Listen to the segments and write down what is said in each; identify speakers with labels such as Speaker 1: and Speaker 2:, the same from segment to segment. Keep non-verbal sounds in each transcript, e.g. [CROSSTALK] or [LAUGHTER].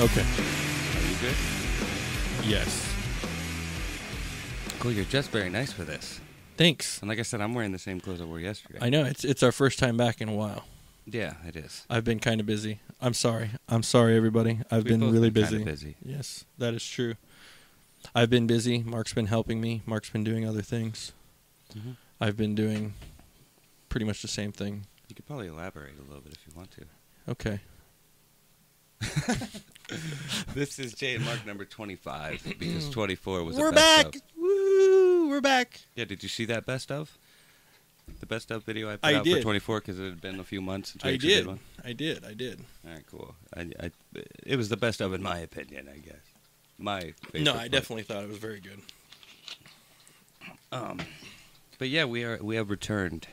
Speaker 1: Okay.
Speaker 2: Are you good?
Speaker 1: Yes.
Speaker 2: Cool. You're just very nice for this.
Speaker 1: Thanks.
Speaker 2: And like I said, I'm wearing the same clothes I wore yesterday.
Speaker 1: I know it's it's our first time back in a while.
Speaker 2: yeah, it is.
Speaker 1: I've been kind of busy. I'm sorry. I'm sorry, everybody. I've
Speaker 2: We've
Speaker 1: been
Speaker 2: both
Speaker 1: really
Speaker 2: been
Speaker 1: busy.
Speaker 2: kinda busy.
Speaker 1: Yes, that is true. I've been busy. Mark's been helping me. Mark's been doing other things. Mm-hmm.
Speaker 2: Mhm.
Speaker 1: I've been doing pretty much the same thing.
Speaker 2: You could probably elaborate a little bit if you want to.
Speaker 1: Okay.
Speaker 2: This is Jay and Mark number 25
Speaker 1: [CLEARS THROAT]
Speaker 2: because 24 was.
Speaker 1: We're
Speaker 2: a best
Speaker 1: back.
Speaker 2: Of.
Speaker 1: Woo! We're back.
Speaker 2: Yeah. Did you see that best of? The best of video I put
Speaker 1: I
Speaker 2: out for
Speaker 1: did.
Speaker 2: 24 because it had been a few months since we
Speaker 1: I
Speaker 2: actually
Speaker 1: did.
Speaker 2: one.
Speaker 1: I did. I did.
Speaker 2: All right, cool. I, I, it was the best of, in my opinion, I guess. My favorite
Speaker 1: no, I
Speaker 2: part.
Speaker 1: definitely thought it was very good.
Speaker 2: But yeah, we are we have returned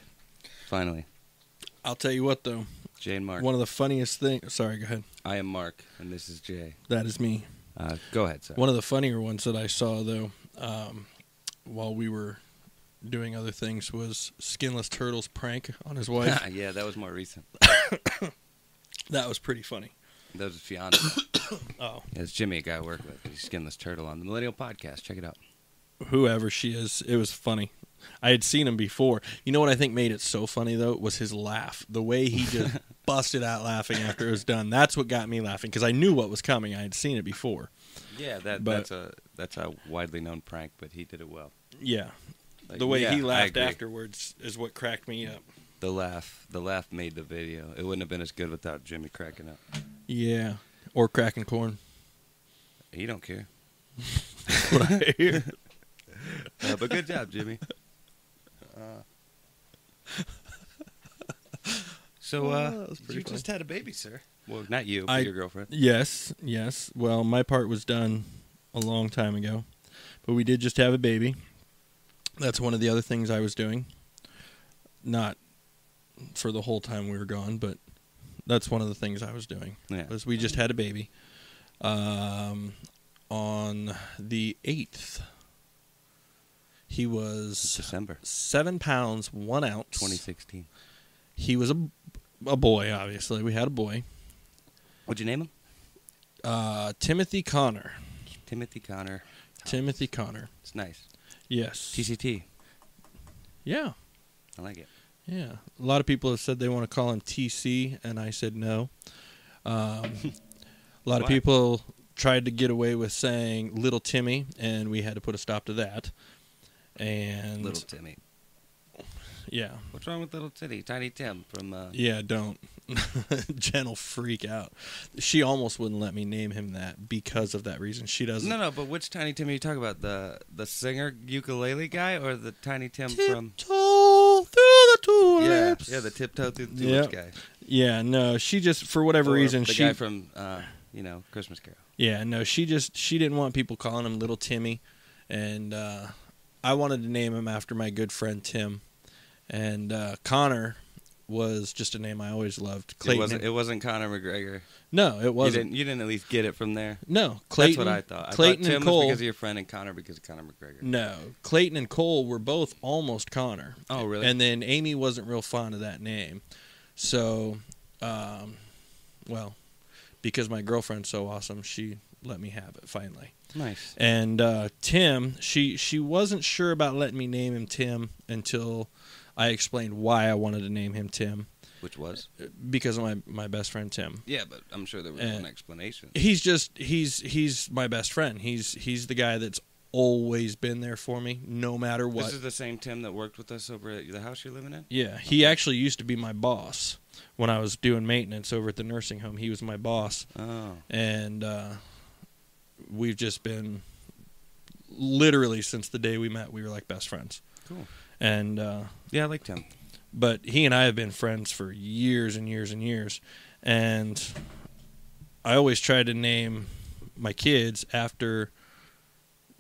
Speaker 2: finally.
Speaker 1: I'll tell you what, though.
Speaker 2: Jay and Mark.
Speaker 1: One of the funniest things. Sorry, go ahead.
Speaker 2: I am Mark, and this is Jay.
Speaker 1: That is me.
Speaker 2: Uh, go ahead, sir. [LAUGHS]
Speaker 1: One of the funnier ones that I saw though, um, while we were doing other things, was Skinless Turtle's prank on his
Speaker 2: [LAUGHS]
Speaker 1: wife.
Speaker 2: yeah, that was more recent.
Speaker 1: that was pretty funny.
Speaker 2: That
Speaker 1: [COUGHS]
Speaker 2: was Fiona.
Speaker 1: Oh,
Speaker 2: That's Jimmy, a guy I work with. He's Skinless Turtle on the Millennial Podcast. Check it out.
Speaker 1: whoever she is, it was funny. I had seen him before. You know what I think made it so funny though was his laugh. The way he
Speaker 2: [LAUGHS]
Speaker 1: just busted out laughing after it was done. That's what got me laughing because I knew what was coming. I had seen it before.
Speaker 2: Yeah, that,
Speaker 1: But-
Speaker 2: that's a that's a widely known prank, but he did it well.
Speaker 1: Yeah,
Speaker 2: Like,
Speaker 1: the way
Speaker 2: yeah,
Speaker 1: he
Speaker 2: I
Speaker 1: laughed
Speaker 2: agree.
Speaker 1: afterwards is what cracked me up.
Speaker 2: The laugh, the laugh made the video. It wouldn't have been as good without Jimmy cracking up.
Speaker 1: Yeah, or cracking corn.
Speaker 2: He
Speaker 1: [LAUGHS]
Speaker 2: don't care.
Speaker 1: That's what I hear.
Speaker 2: [LAUGHS] Uh, but good job, Jimmy. Uh, so
Speaker 1: Oh,
Speaker 2: uh,
Speaker 1: that was pretty
Speaker 2: you
Speaker 1: funny.
Speaker 2: just had a baby, sir. Well, not you, but
Speaker 1: I-
Speaker 2: your girlfriend.
Speaker 1: Yes, yes. Well, my part was done a long time ago, but we did just have a baby. That's one of the other things I was doing. Not for the whole time we were gone, but that's one of the things I was doing.
Speaker 2: Yeah.
Speaker 1: Was we just had a baby um, on the eighth. He was
Speaker 2: December
Speaker 1: seven pounds one ounce.
Speaker 2: 2016.
Speaker 1: He was a a boy. Obviously, we had a boy.
Speaker 2: What'd you name him?
Speaker 1: Uh, Timothy Connor.
Speaker 2: Timothy Connor.
Speaker 1: Timothy Connor.
Speaker 2: It's nice.
Speaker 1: Yes.
Speaker 2: TCT.
Speaker 1: Yeah.
Speaker 2: I like it.
Speaker 1: Yeah. A lot of people have said they want to call him TC, and I said no. Um, a lot of
Speaker 2: Why?
Speaker 1: people tried to get away with saying Little Timmy, and we had to put a stop to that. And
Speaker 2: Little Timmy.
Speaker 1: yeah,
Speaker 2: What's wrong with Little Titty? Tiny Tim from. Uh,
Speaker 1: yeah, don't. [LAUGHS] Jen will freak out. She almost wouldn't let me name him that because of that reason. She doesn't.
Speaker 2: no, no, but which Tiny Tim are you talking about? The the singer ukulele guy or the Tiny Tim from?
Speaker 1: Tiptoe through the
Speaker 2: Yeah,
Speaker 1: tulips.
Speaker 2: yeah, the tiptoe through the
Speaker 1: Yeah.
Speaker 2: tulips guy.
Speaker 1: yeah, no, she just for whatever
Speaker 2: Or
Speaker 1: reason
Speaker 2: the
Speaker 1: she
Speaker 2: guy from uh, you know Christmas Carol.
Speaker 1: Yeah, no, she just she didn't want people calling him Little Timmy, and uh, I wanted to name him after my good friend Tim, and uh, Connor was just a name I always loved. Clayton,
Speaker 2: It wasn't. It wasn't Conor McGregor.
Speaker 1: no, it
Speaker 2: You
Speaker 1: wasn't.
Speaker 2: didn't, you didn't at least get it from there.
Speaker 1: No, Clayton.
Speaker 2: That's what I thought. I
Speaker 1: Clayton
Speaker 2: thought Tim
Speaker 1: and Cole. Mm,
Speaker 2: was because of your friend and Connor because of Connor McGregor.
Speaker 1: no, Clayton and Cole were both almost Connor.
Speaker 2: Oh, really?
Speaker 1: And then Amy wasn't real fond of that name, so, um, well, because my girlfriend's so awesome, she let me have it finally.
Speaker 2: nice.
Speaker 1: and uh, Tim, she she wasn't sure about letting me name him Tim until I explained why I wanted to name him Tim
Speaker 2: Which was?
Speaker 1: because of my my best friend Tim.
Speaker 2: Yeah, but I'm sure there was
Speaker 1: Uh,
Speaker 2: an explanation.
Speaker 1: He's just he's he's my best friend. He's he's the guy that's always been there for me no matter what.
Speaker 2: This is the same Tim that worked with us over at the house you're living in.
Speaker 1: Yeah, he actually used to be my boss when I was doing maintenance over at the nursing home. He was my boss
Speaker 2: Oh,
Speaker 1: and uh, we've just been literally since the day we met we were like best friends.
Speaker 2: cool.
Speaker 1: And uh
Speaker 2: Yeah, I like Tim.
Speaker 1: but he and I have been friends for years and years and years, and I always try to name my kids after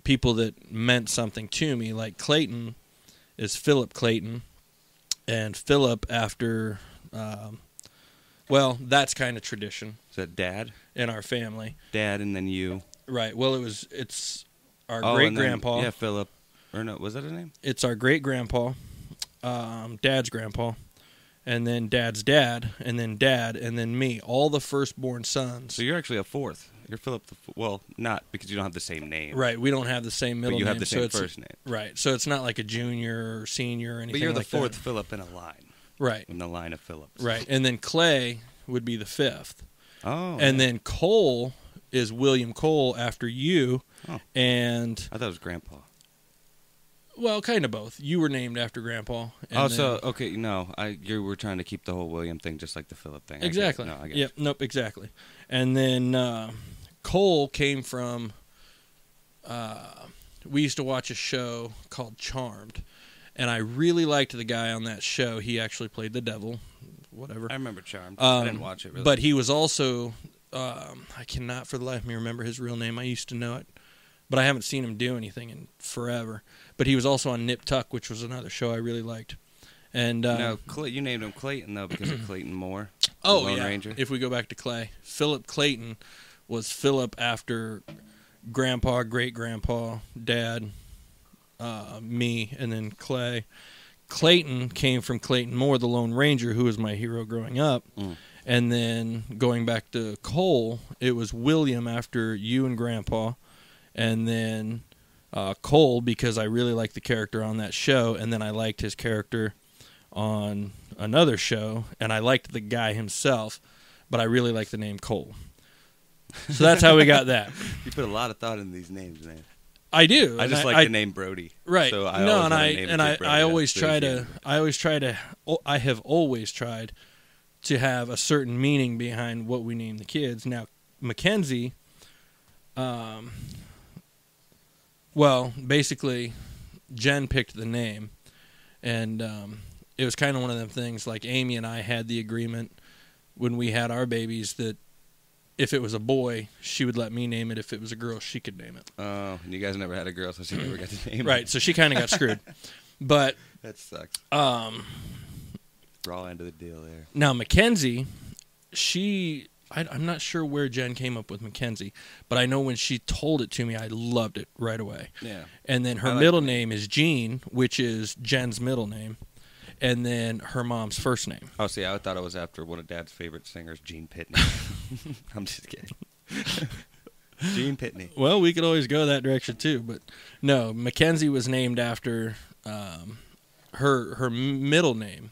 Speaker 1: people that meant something to me. Like Clayton is Philip Clayton, and Philip after, um, well, that's kind of tradition
Speaker 2: Is that Dad?
Speaker 1: in our family,
Speaker 2: Dad, and then you.
Speaker 1: right? Well, it was it's our
Speaker 2: Oh,
Speaker 1: great
Speaker 2: and then-
Speaker 1: grandpa.
Speaker 2: Yeah, Philip. Or no, was that his name?
Speaker 1: it's our great grandpa, um, dad's grandpa, and then dad's dad, and then dad, and then me, all the firstborn sons.
Speaker 2: So you're actually a fourth. You're Philip the F- well, not because you don't have the same name.
Speaker 1: Right. We don't have the same
Speaker 2: But
Speaker 1: middle
Speaker 2: you
Speaker 1: name.
Speaker 2: have the
Speaker 1: so
Speaker 2: same
Speaker 1: it's,
Speaker 2: first name.
Speaker 1: Right. So it's not like a junior or senior or anything
Speaker 2: But you're the
Speaker 1: like that.
Speaker 2: fourth Philip in a line.
Speaker 1: Right.
Speaker 2: In the line of Phillips.
Speaker 1: Right. And then Clay would be the fifth.
Speaker 2: Oh.
Speaker 1: and then Cole is William Cole after you.
Speaker 2: Oh.
Speaker 1: And,
Speaker 2: I thought it was grandpa.
Speaker 1: well, kind of both. You were named after Grandpa. And
Speaker 2: oh,
Speaker 1: then-
Speaker 2: so okay, no, I you were trying to keep the whole William thing just like the Philip thing. I get it.
Speaker 1: Exactly.
Speaker 2: No, I get it.
Speaker 1: Yep. Nope. Exactly. And then uh, Cole came from. Uh, we used to watch a show called Charmed, and I really liked the guy on that show. He actually played the devil, whatever.
Speaker 2: I remember Charmed.
Speaker 1: Um,
Speaker 2: I didn't watch it really.
Speaker 1: But he was also. Um, I cannot for the life of me remember his real name. I used to know it, but I haven't seen him do anything in forever. But he was also on Nip Tuck, which was another show I really liked. And uh,
Speaker 2: no, Clay, you named him Clayton though
Speaker 1: [CLEARS THROAT]
Speaker 2: because of Clayton Moore.
Speaker 1: Oh
Speaker 2: Lone
Speaker 1: yeah.
Speaker 2: Ranger.
Speaker 1: If we go back to Clay, Philip Clayton was Philip after grandpa, great grandpa, dad, uh, me, and then Clay. Clayton came from Clayton Moore, the Lone Ranger, who was my hero growing up.
Speaker 2: Mm.
Speaker 1: And then going back to Cole, it was William after you and Grandpa, and then uh, Cole because I really liked the character on that show, and then I liked his character on another show, and I liked the guy himself, but I really like the name Cole. So that's how we got that.
Speaker 2: You put a lot of thought into these names, man.
Speaker 1: I do.
Speaker 2: I
Speaker 1: and
Speaker 2: just like
Speaker 1: I-
Speaker 2: the name Brody.
Speaker 1: Right.
Speaker 2: So I
Speaker 1: no,
Speaker 2: always
Speaker 1: and
Speaker 2: wanna
Speaker 1: I
Speaker 2: name a
Speaker 1: and
Speaker 2: kid
Speaker 1: I,
Speaker 2: Brody.
Speaker 1: I
Speaker 2: That's
Speaker 1: always
Speaker 2: the
Speaker 1: try to
Speaker 2: easiest.
Speaker 1: I always try to oh, I have always tried to have a certain meaning behind what we name the kids. Now Mackenzie, um, well, basically, Jen picked the name, and um, it was kind of one of them things. Like Amy and I had the agreement when we had our babies that if it was a boy, she would let me name it. If it was a girl, she could name it.
Speaker 2: Oh, and you guys never had a girl, so she never got the name.
Speaker 1: Right. So she kind of got
Speaker 2: [LAUGHS]
Speaker 1: screwed, but.
Speaker 2: That sucks.
Speaker 1: Um,
Speaker 2: Raw end of the deal there.
Speaker 1: now Mackenzie, she I, I'm not sure where Jen came up with Mackenzie, but I know when she told it to me, I loved it right away.
Speaker 2: Yeah.
Speaker 1: And then her
Speaker 2: I like
Speaker 1: middle name is Jean, which is Jen's middle name, and then her mom's first name.
Speaker 2: Oh, see, I thought it was after one of Dad's favorite singers, Gene Pitney.
Speaker 1: [LAUGHS]
Speaker 2: I'm just kidding. Gene Pitney.
Speaker 1: Well, we could always go that direction too, but no, Mackenzie was named after um, her her m- middle name.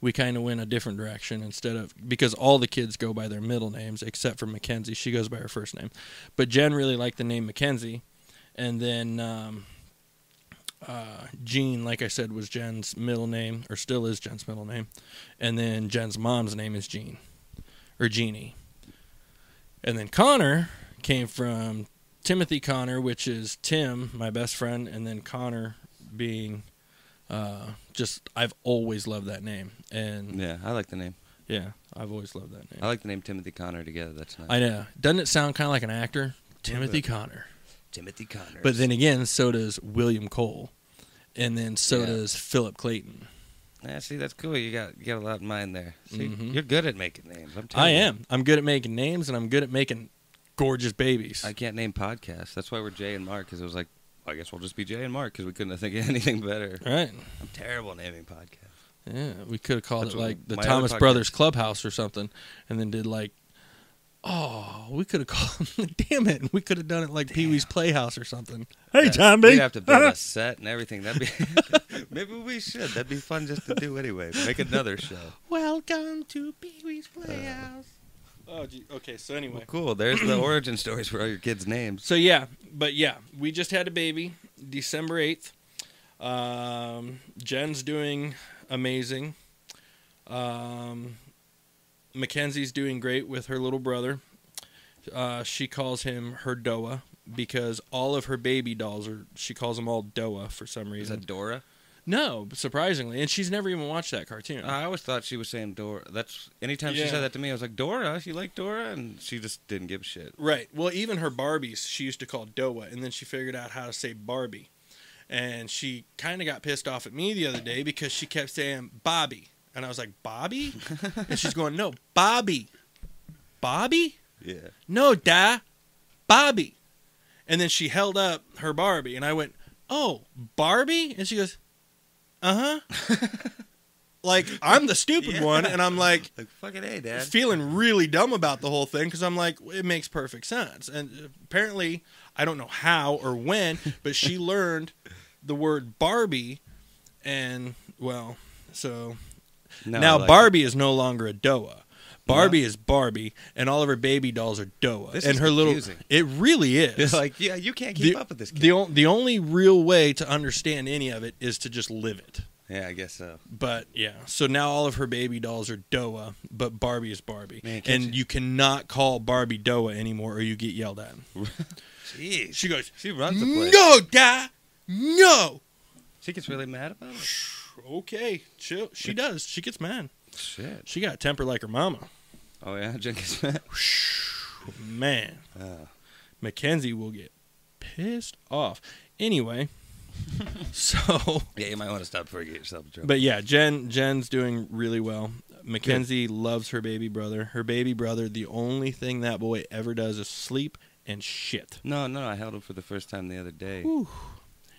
Speaker 1: We kind of went a different direction instead of because all the kids go by their middle names except for Mackenzie. She goes by her first name, but Jen really liked the name Mackenzie, and then um, uh, Jean, like I said, was Jen's middle name or still is Jen's middle name, and then Jen's mom's name is Jean or Jeannie, and then Connor came from Timothy Connor, which is Tim, my best friend, and then Connor being uh, just I've always loved that name, and yeah,
Speaker 2: Yeah, I like the name.
Speaker 1: I've always loved that name.
Speaker 2: I like the name Timothy Connor together. That's nice.
Speaker 1: I know. Doesn't it sound kind of like an actor, Timothy Connor?
Speaker 2: Timothy Connor.
Speaker 1: But then again, so does William Cole, and then so
Speaker 2: Yeah.
Speaker 1: does Philip Clayton.
Speaker 2: yeah, see, that's cool. You got you got a lot in mind there. See,
Speaker 1: Mhm.
Speaker 2: you're good at making names. I'm
Speaker 1: I
Speaker 2: telling you.
Speaker 1: am. I'm good at making names, and I'm good at making gorgeous babies.
Speaker 2: I can't name podcasts. That's why we're Jay and Mark. Because it was like, I guess we'll just be Jay and Mark because we couldn't think of [LAUGHS] anything better.
Speaker 1: All right.
Speaker 2: I'm terrible naming podcasts.
Speaker 1: Yeah, we could have called
Speaker 2: That's
Speaker 1: it
Speaker 2: what
Speaker 1: like the
Speaker 2: my other
Speaker 1: Thomas
Speaker 2: podcast-
Speaker 1: Brothers Clubhouse or something, and then did like, oh, we could have [LAUGHS] called, damn it, we could have done it like Pee Wee's Playhouse or something. Hey, Tommy,
Speaker 2: We'd have to
Speaker 1: [LAUGHS]
Speaker 2: build a set and everything. That'd be [LAUGHS] maybe we should. That'd be fun just to do anyway. Make another show.
Speaker 1: welcome to Pee Wee's Playhouse.
Speaker 2: Uh,
Speaker 1: oh, gee, okay. So
Speaker 2: Well,
Speaker 1: anyway,
Speaker 2: cool.
Speaker 1: [CLEARS THROAT]
Speaker 2: There's the origin stories for all your kids' names.
Speaker 1: so yeah, but yeah, we just had a baby, December eighth. Um, Jen's doing amazing. Um, Mackenzie's doing great with her little brother. Uh, she calls him her Doa because all of her baby dolls are. She calls them all Doa for some
Speaker 2: Is
Speaker 1: reason.
Speaker 2: that Dora?
Speaker 1: no, surprisingly, and she's never even watched that cartoon.
Speaker 2: I always thought she was saying Dora. That's anytime
Speaker 1: Yeah.
Speaker 2: she said that to me, I was like Dora. You like Dora? And she just didn't give a shit.
Speaker 1: Right. Well, even her Barbies she used to call Doa, and then she figured out how to say Barbie. And she kind of got pissed off at me the other day because she kept saying Bobby. And I was like, Bobby? and she's going, No, Bobby. Bobby?
Speaker 2: Yeah.
Speaker 1: No, Da. Bobby. And then she held up her Barbie, and I went, Oh, Barbie? And she goes, Uh huh. "Uh-huh." like I'm the stupid
Speaker 2: Yeah.
Speaker 1: one, and I'm like
Speaker 2: Like fucking a dad.
Speaker 1: feeling really dumb about the whole thing because I'm like it makes perfect sense, and uh, apparently I don't know how or when, but
Speaker 2: [LAUGHS]
Speaker 1: she learned the word Barbie, and well, so
Speaker 2: No,
Speaker 1: now
Speaker 2: like,
Speaker 1: Barbie is no longer a Doa. Barbie is Barbie, and all of her baby dolls are Doa,
Speaker 2: This
Speaker 1: and
Speaker 2: is
Speaker 1: her
Speaker 2: confusing.
Speaker 1: little. It
Speaker 2: [LAUGHS]
Speaker 1: really is.
Speaker 2: It's like yeah, you can't keep
Speaker 1: the,
Speaker 2: up with this kid.
Speaker 1: The, on- the only real way to understand any of it is to just live it.
Speaker 2: yeah, I guess so.
Speaker 1: But yeah, so now all of her baby dolls are Doa, but Barbie is Barbie,
Speaker 2: Man, can't
Speaker 1: and
Speaker 2: you-
Speaker 1: you cannot call Barbie Doa anymore, or you get yelled at.
Speaker 2: [LAUGHS] Jeez,
Speaker 1: She goes,
Speaker 2: she runs the place.
Speaker 1: "No, Dad, no."
Speaker 2: She gets really mad about it.
Speaker 1: Okay, chill. She does. She gets mad.
Speaker 2: Shit.
Speaker 1: She got a temper like her mama.
Speaker 2: Oh yeah, [LAUGHS] Jen gets mad.
Speaker 1: Man,
Speaker 2: Oh.
Speaker 1: Mackenzie will get pissed off.
Speaker 2: [LAUGHS]
Speaker 1: Anyway, so
Speaker 2: Yeah, you might want to stop before you get yourself in trouble.
Speaker 1: But yeah, Jen Jen's doing really well. Mackenzie loves her baby brother. Her baby brother, the only thing that boy ever does is sleep and shit.
Speaker 2: no, no, I held him for the first time the other day.
Speaker 1: Whew.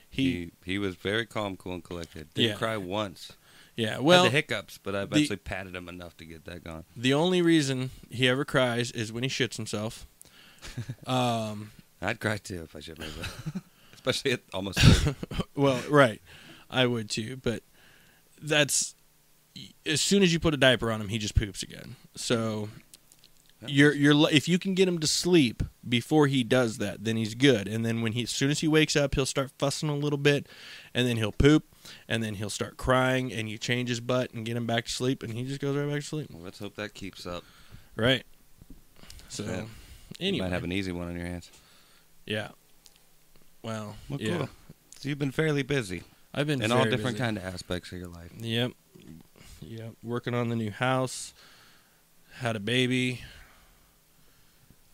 Speaker 1: He
Speaker 2: He he was very calm, cool, and collected. Didn't
Speaker 1: Yeah.
Speaker 2: cry once.
Speaker 1: yeah,
Speaker 2: Well,
Speaker 1: well,
Speaker 2: the hiccups, but I
Speaker 1: the-
Speaker 2: eventually patted him enough to get that gone.
Speaker 1: the only reason he ever cries is when he shits
Speaker 2: [LAUGHS]
Speaker 1: himself. um,
Speaker 2: I'd cry too if I should live. [LAUGHS] it. Especially at almost 30.
Speaker 1: well, right. I would too, but that's as soon as you put a diaper on him, he just poops again. So
Speaker 2: Yeah.
Speaker 1: you're you're li- if you can get him to sleep before he does that, then he's good. And then when he as soon as he wakes up, he'll start fussing a little bit, and then he'll poop, and then he'll start crying, and you change his butt and get him back to sleep, and he just goes right back to sleep.
Speaker 2: [LAUGHS] Well, let's hope that keeps up.
Speaker 1: Right. So
Speaker 2: Yeah. You
Speaker 1: anyway,
Speaker 2: might have an easy one on your hands.
Speaker 1: yeah. Well,
Speaker 2: Well,
Speaker 1: yeah.
Speaker 2: cool. So you've been fairly busy
Speaker 1: I've been
Speaker 2: in all
Speaker 1: very
Speaker 2: different
Speaker 1: busy.
Speaker 2: kind of aspects of your life.
Speaker 1: Yep. Yep. Working on the new house. Had a baby.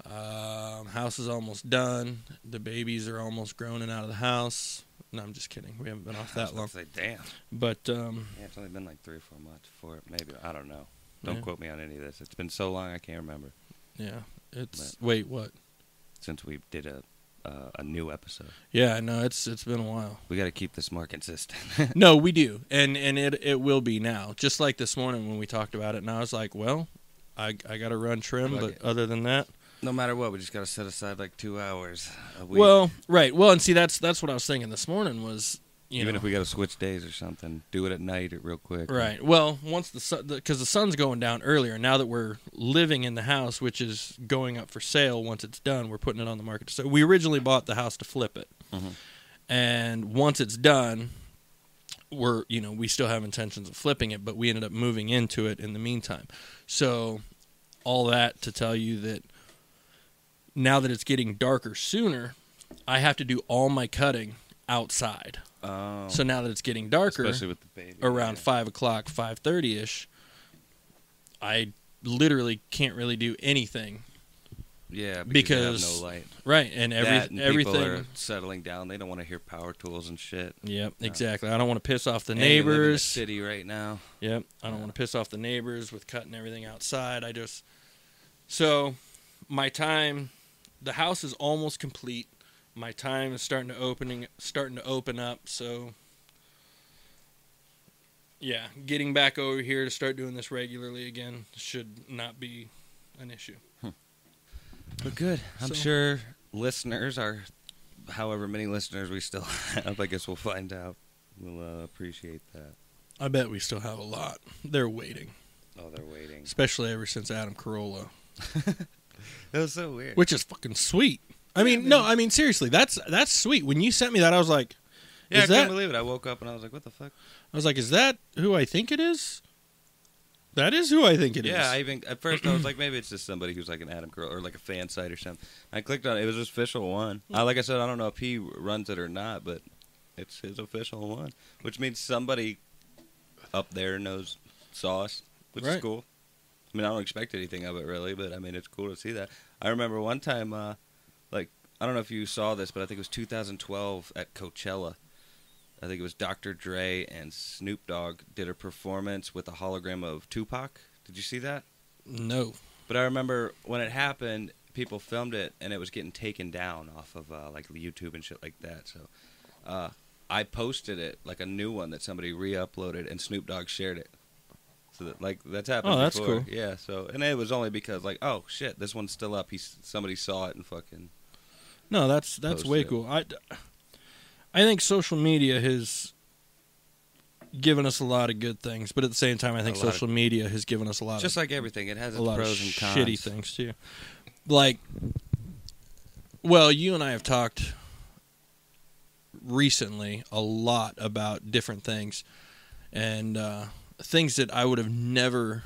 Speaker 1: Um, house is almost done. The babies are almost grown and out of the house. No, I'm just kidding. We haven't been off
Speaker 2: I was
Speaker 1: that
Speaker 2: about
Speaker 1: long.
Speaker 2: to Say, damn.
Speaker 1: But um,
Speaker 2: Yeah, it's only been like three or four months, four maybe. I don't know. Don't
Speaker 1: Yeah.
Speaker 2: quote me on any of this. It's been so long, I can't remember
Speaker 1: yeah, it's wait what?
Speaker 2: since we did a uh, a new episode.
Speaker 1: Yeah, no, it's it's been a while.
Speaker 2: We got to keep this more consistent. [LAUGHS]
Speaker 1: No, we do, and and it it will be now. Just like this morning when we talked about it, and I was like, well, I I got to run trim,
Speaker 2: Fuck
Speaker 1: but
Speaker 2: it.
Speaker 1: other than that,
Speaker 2: no matter what, we just got to set aside like two hours a week.
Speaker 1: well, right, well, and see that's that's what I was thinking this morning was you
Speaker 2: even
Speaker 1: know
Speaker 2: if we got to switch days or something, do it at night real quick.
Speaker 1: Right. Well, once the sun, because the, sun's going down earlier. Now that we're living in the house, which is going up for sale once it's done, we're putting it on the market. So we originally bought the house to flip it,
Speaker 2: Mhm.
Speaker 1: and once it's done, we're you know we still have intentions of flipping it, but we ended up moving into it in the meantime. So all that to tell you that now that it's getting darker sooner, I have to do all my cutting outside.
Speaker 2: Oh,
Speaker 1: So now that it's getting darker,
Speaker 2: especially with the baby
Speaker 1: around
Speaker 2: yeah.
Speaker 1: five o'clock, five thirty ish, I literally can't really do anything.
Speaker 2: Yeah, because,
Speaker 1: because
Speaker 2: you have no light.
Speaker 1: Right, and every
Speaker 2: That and
Speaker 1: everything.
Speaker 2: people are settling down. They don't want to hear power tools and shit.
Speaker 1: Yep,
Speaker 2: Yeah.
Speaker 1: exactly. I don't want to piss off the
Speaker 2: And you live in the
Speaker 1: neighbors.
Speaker 2: city right now.
Speaker 1: Yep, I don't
Speaker 2: Yeah.
Speaker 1: want to piss off the neighbors with cutting everything outside. I just so my time, the house is almost complete. My time is starting to opening starting to open up. So yeah, getting back over here to start doing this regularly again should not be an issue.
Speaker 2: But good. I'm
Speaker 1: So-
Speaker 2: sure listeners are, however many listeners we still [LAUGHS] have, I guess we'll find out. We'll uh, appreciate that.
Speaker 1: I bet we still have a lot. They're waiting,
Speaker 2: Oh, they're waiting.
Speaker 1: especially ever since Adam Carolla.
Speaker 2: That was so weird.
Speaker 1: which is fucking sweet. I mean, no, I mean seriously, that's that's sweet. When you sent me that, I was like,
Speaker 2: yeah, I
Speaker 1: is
Speaker 2: couldn't
Speaker 1: that-
Speaker 2: believe it. I woke up and I was like, what the fuck?
Speaker 1: I was like, is that who I think it is? That is who I think it is.
Speaker 2: yeah, I even at first I was like, maybe it's just somebody who's like an Adam Girl or like a fan site or something. I clicked on it. It was his official one. I, like I said, I don't know if he runs it or not, but it's his official one, which means somebody up there knows sauce, which
Speaker 1: Right.
Speaker 2: is cool. I mean, I don't expect anything of it really, but I mean, it's cool to see that. I remember one time, uh, like I don't know if you saw this, but I think it was 2012 at Coachella. I think it was Dr. Dre and Snoop Dogg did a performance with a hologram of Tupac. Did you see that?
Speaker 1: no.
Speaker 2: But I remember when it happened, people filmed it, and it was getting taken down off of uh, like YouTube and shit like that. So uh, I posted it like a new one that somebody re-uploaded, and Snoop Dogg shared it. to the like that's happened.
Speaker 1: Oh, that's
Speaker 2: before.
Speaker 1: cool.
Speaker 2: Yeah. So and it was only because like oh shit this one's still up. He somebody saw it and fucking
Speaker 1: No, that's that's
Speaker 2: Post
Speaker 1: way
Speaker 2: it.
Speaker 1: cool. I, I think social media has given us a lot of good things, but at the same time, I think
Speaker 2: A lot of-
Speaker 1: social media has given us a lot
Speaker 2: just
Speaker 1: of
Speaker 2: like everything it has
Speaker 1: a
Speaker 2: its
Speaker 1: lot of
Speaker 2: pros and cons.
Speaker 1: shitty things too. Like, well, you and I have talked recently a lot about different things and uh, things that I would have never.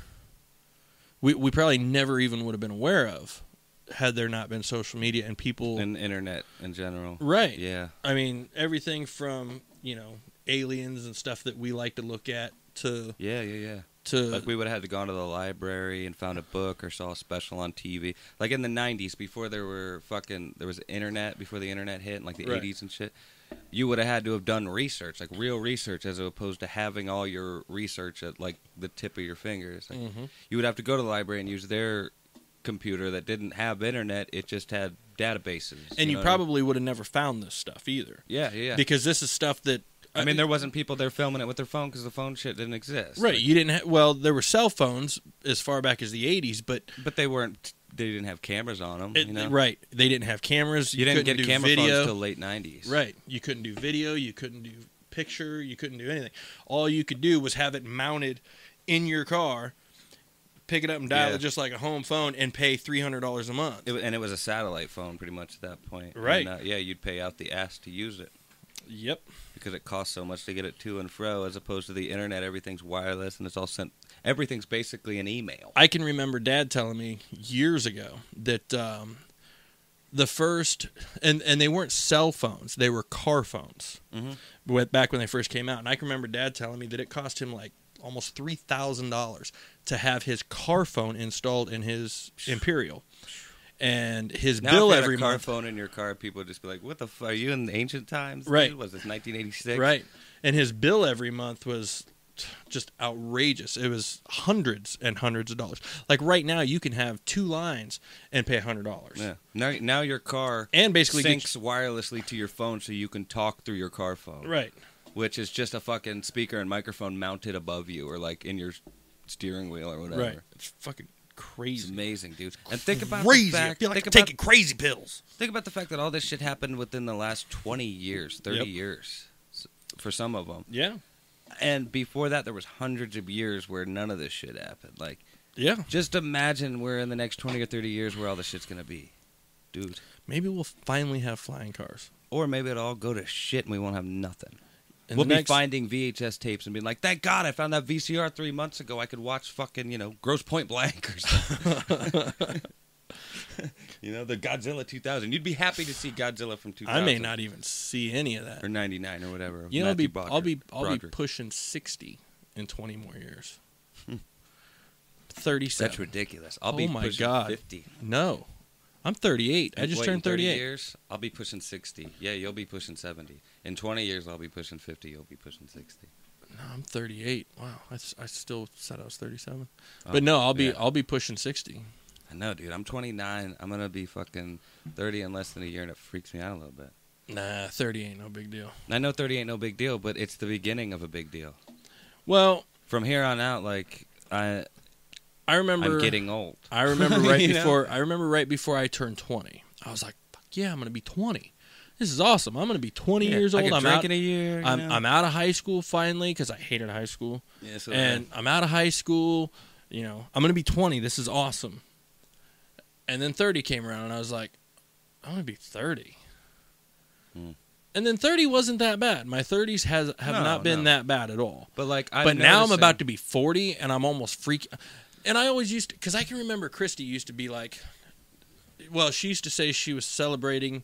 Speaker 1: We, we probably never even would have been aware of had there not been social media and people
Speaker 2: and internet in general.
Speaker 1: right
Speaker 2: Yeah.
Speaker 1: I mean, everything from you know aliens and stuff that we like to look at to
Speaker 2: Yeah. Yeah. Yeah.
Speaker 1: to
Speaker 2: Like we would have had to gone to the library and found a book or saw a special on TV. Like in the '90s, before there were fucking there was internet, before the internet hit, and like the
Speaker 1: Right.
Speaker 2: '80s and shit, you would have had to have done research, like real research, as opposed to having all your research at like the tip of your fingers. Like,
Speaker 1: Mhm.
Speaker 2: You would have to go to the library and use their computer that didn't have internet; it just had
Speaker 1: and
Speaker 2: databases.
Speaker 1: you
Speaker 2: know what I mean?
Speaker 1: probably would have never found this stuff either
Speaker 2: yeah, yeah. yeah.
Speaker 1: because this is stuff that uh,
Speaker 2: I mean, there wasn't people there filming it with their phone because the phone shit didn't exist.
Speaker 1: right.
Speaker 2: Like,
Speaker 1: You didn't ha- well, there were cell phones as far back as the '80s, but
Speaker 2: but they weren't. They didn't have cameras on them.
Speaker 1: it,
Speaker 2: you know?
Speaker 1: right, they didn't have cameras.
Speaker 2: You didn't
Speaker 1: couldn't
Speaker 2: get
Speaker 1: do
Speaker 2: camera
Speaker 1: video.
Speaker 2: phones till late '90s,
Speaker 1: Right. You couldn't do video, you couldn't do picture, you couldn't do anything. All you could do was have it mounted in your car, pick it up and dial
Speaker 2: Yeah.
Speaker 1: it just like a home phone and pay $300 a month.
Speaker 2: It, wa- and it was a satellite phone, pretty much at that point.
Speaker 1: Right.
Speaker 2: And, uh, yeah, you'd pay out the ass to use it
Speaker 1: yep.
Speaker 2: because it costs so much to get it to and fro, as opposed to the internet. Everything's wireless, and it's all sent. Everything's basically an email.
Speaker 1: I can remember Dad telling me years ago that um, the first and and they weren't cell phones; they were car phones.
Speaker 2: Mhm.
Speaker 1: Went back when they first came out, and I can remember Dad telling me that it cost him like almost three thousand dollars to have his car phone installed in his Imperial, and his
Speaker 2: Now,
Speaker 1: bill
Speaker 2: if you had
Speaker 1: every
Speaker 2: a car
Speaker 1: month.
Speaker 2: phone in your car, people would just be like, "What the? F- are you in ancient times?
Speaker 1: Right.
Speaker 2: Dude? Was this 1986?
Speaker 1: Right. And his bill every month was just outrageous. It was hundreds and hundreds of dollars. Like right now, you can have two lines and pay hundred dollars.
Speaker 2: Yeah. Now, now your car
Speaker 1: And basically get-
Speaker 2: syncs wirelessly to your phone, so you can talk through your car phone.
Speaker 1: Right.
Speaker 2: which is just a fucking speaker and microphone mounted above you or like in your steering wheel or whatever.
Speaker 1: Right. It's fucking
Speaker 2: It's
Speaker 1: crazy.
Speaker 2: amazing, dude. And think about
Speaker 1: crazy.
Speaker 2: the fact,
Speaker 1: I feel like
Speaker 2: think,
Speaker 1: I'm
Speaker 2: about,
Speaker 1: taking crazy pills.
Speaker 2: think about the fact that all this shit happened within the last 20 years, 30
Speaker 1: Yep.
Speaker 2: years s- for some of them.
Speaker 1: Yeah.
Speaker 2: And before that there was hundreds of years where none of this shit happened. Like
Speaker 1: Yeah.
Speaker 2: just imagine where in the next 20 or 30 years where all this shit's going to be. Dude.
Speaker 1: Maybe we'll finally have flying cars.
Speaker 2: Or maybe it'll all go to shit and we won't have nothing.
Speaker 1: And
Speaker 2: we'll
Speaker 1: the
Speaker 2: be
Speaker 1: next-
Speaker 2: finding VHS tapes and being like, "Thank God I found that VCR three months ago. I could watch fucking you know Gross Point Blank or something." [LAUGHS] you know the Godzilla 2000. You'd be happy to see Godzilla from 2000.
Speaker 1: I may not even see any of that.
Speaker 2: or 99 or whatever.
Speaker 1: You know, I'll
Speaker 2: Matthew
Speaker 1: be,
Speaker 2: Broderick-
Speaker 1: I'll be, I'll be
Speaker 2: Broderick.
Speaker 1: pushing sixty in twenty more years. Thirty-seven.
Speaker 2: Hmm. That's ridiculous. I'll
Speaker 1: Oh
Speaker 2: be
Speaker 1: my
Speaker 2: pushing
Speaker 1: God.
Speaker 2: 50.
Speaker 1: No, I'm thirty-eight. I
Speaker 2: In-
Speaker 1: just
Speaker 2: what, in
Speaker 1: turned
Speaker 2: 30
Speaker 1: thirty-eight.
Speaker 2: Years, I'll be pushing 60. Yeah, you'll be pushing 70. In 20 years, I'll be pushing 50. You'll be pushing 60.
Speaker 1: No, I'm thirty-eight. Wow, I, s- I still said I was thirty-seven.
Speaker 2: Oh,
Speaker 1: but no, I'll be,
Speaker 2: yeah.
Speaker 1: I'll be pushing sixty.
Speaker 2: I know, dude. I'm 29. I'm gonna be fucking 30 in less than a year, and it freaks me out a little bit.
Speaker 1: Nah, thirty ain't no big deal.
Speaker 2: I know 30 ain't no big deal, but it's the beginning of a big deal.
Speaker 1: Well,
Speaker 2: From here on out, like I,
Speaker 1: I remember
Speaker 2: I'm getting old.
Speaker 1: I remember right
Speaker 2: [LAUGHS] You know?
Speaker 1: before I remember right before I turned 20. I was like, "Fuck yeah, I'm going to be 20. This is awesome. I'm going to be 20
Speaker 2: Yeah,
Speaker 1: years
Speaker 2: I
Speaker 1: old.
Speaker 2: could
Speaker 1: I'm
Speaker 2: drink
Speaker 1: out
Speaker 2: in a year. you
Speaker 1: I'm,
Speaker 2: know?
Speaker 1: I'm out of high school finally cuz I hated high school.
Speaker 2: yeah, so
Speaker 1: and I'm out of high school, you know. I'm going to be 20. This is awesome. And then 30 came around and I was like, I'm going to be 30.
Speaker 2: Hmm.
Speaker 1: And then 30 wasn't that bad. My 30s has have
Speaker 2: No,
Speaker 1: not been
Speaker 2: no.
Speaker 1: that bad at all
Speaker 2: but like, I'm
Speaker 1: but now I'm about to be 40 and I'm almost freak. And I always used to, because I can remember Christy used to be like, well, she used to say she was celebrating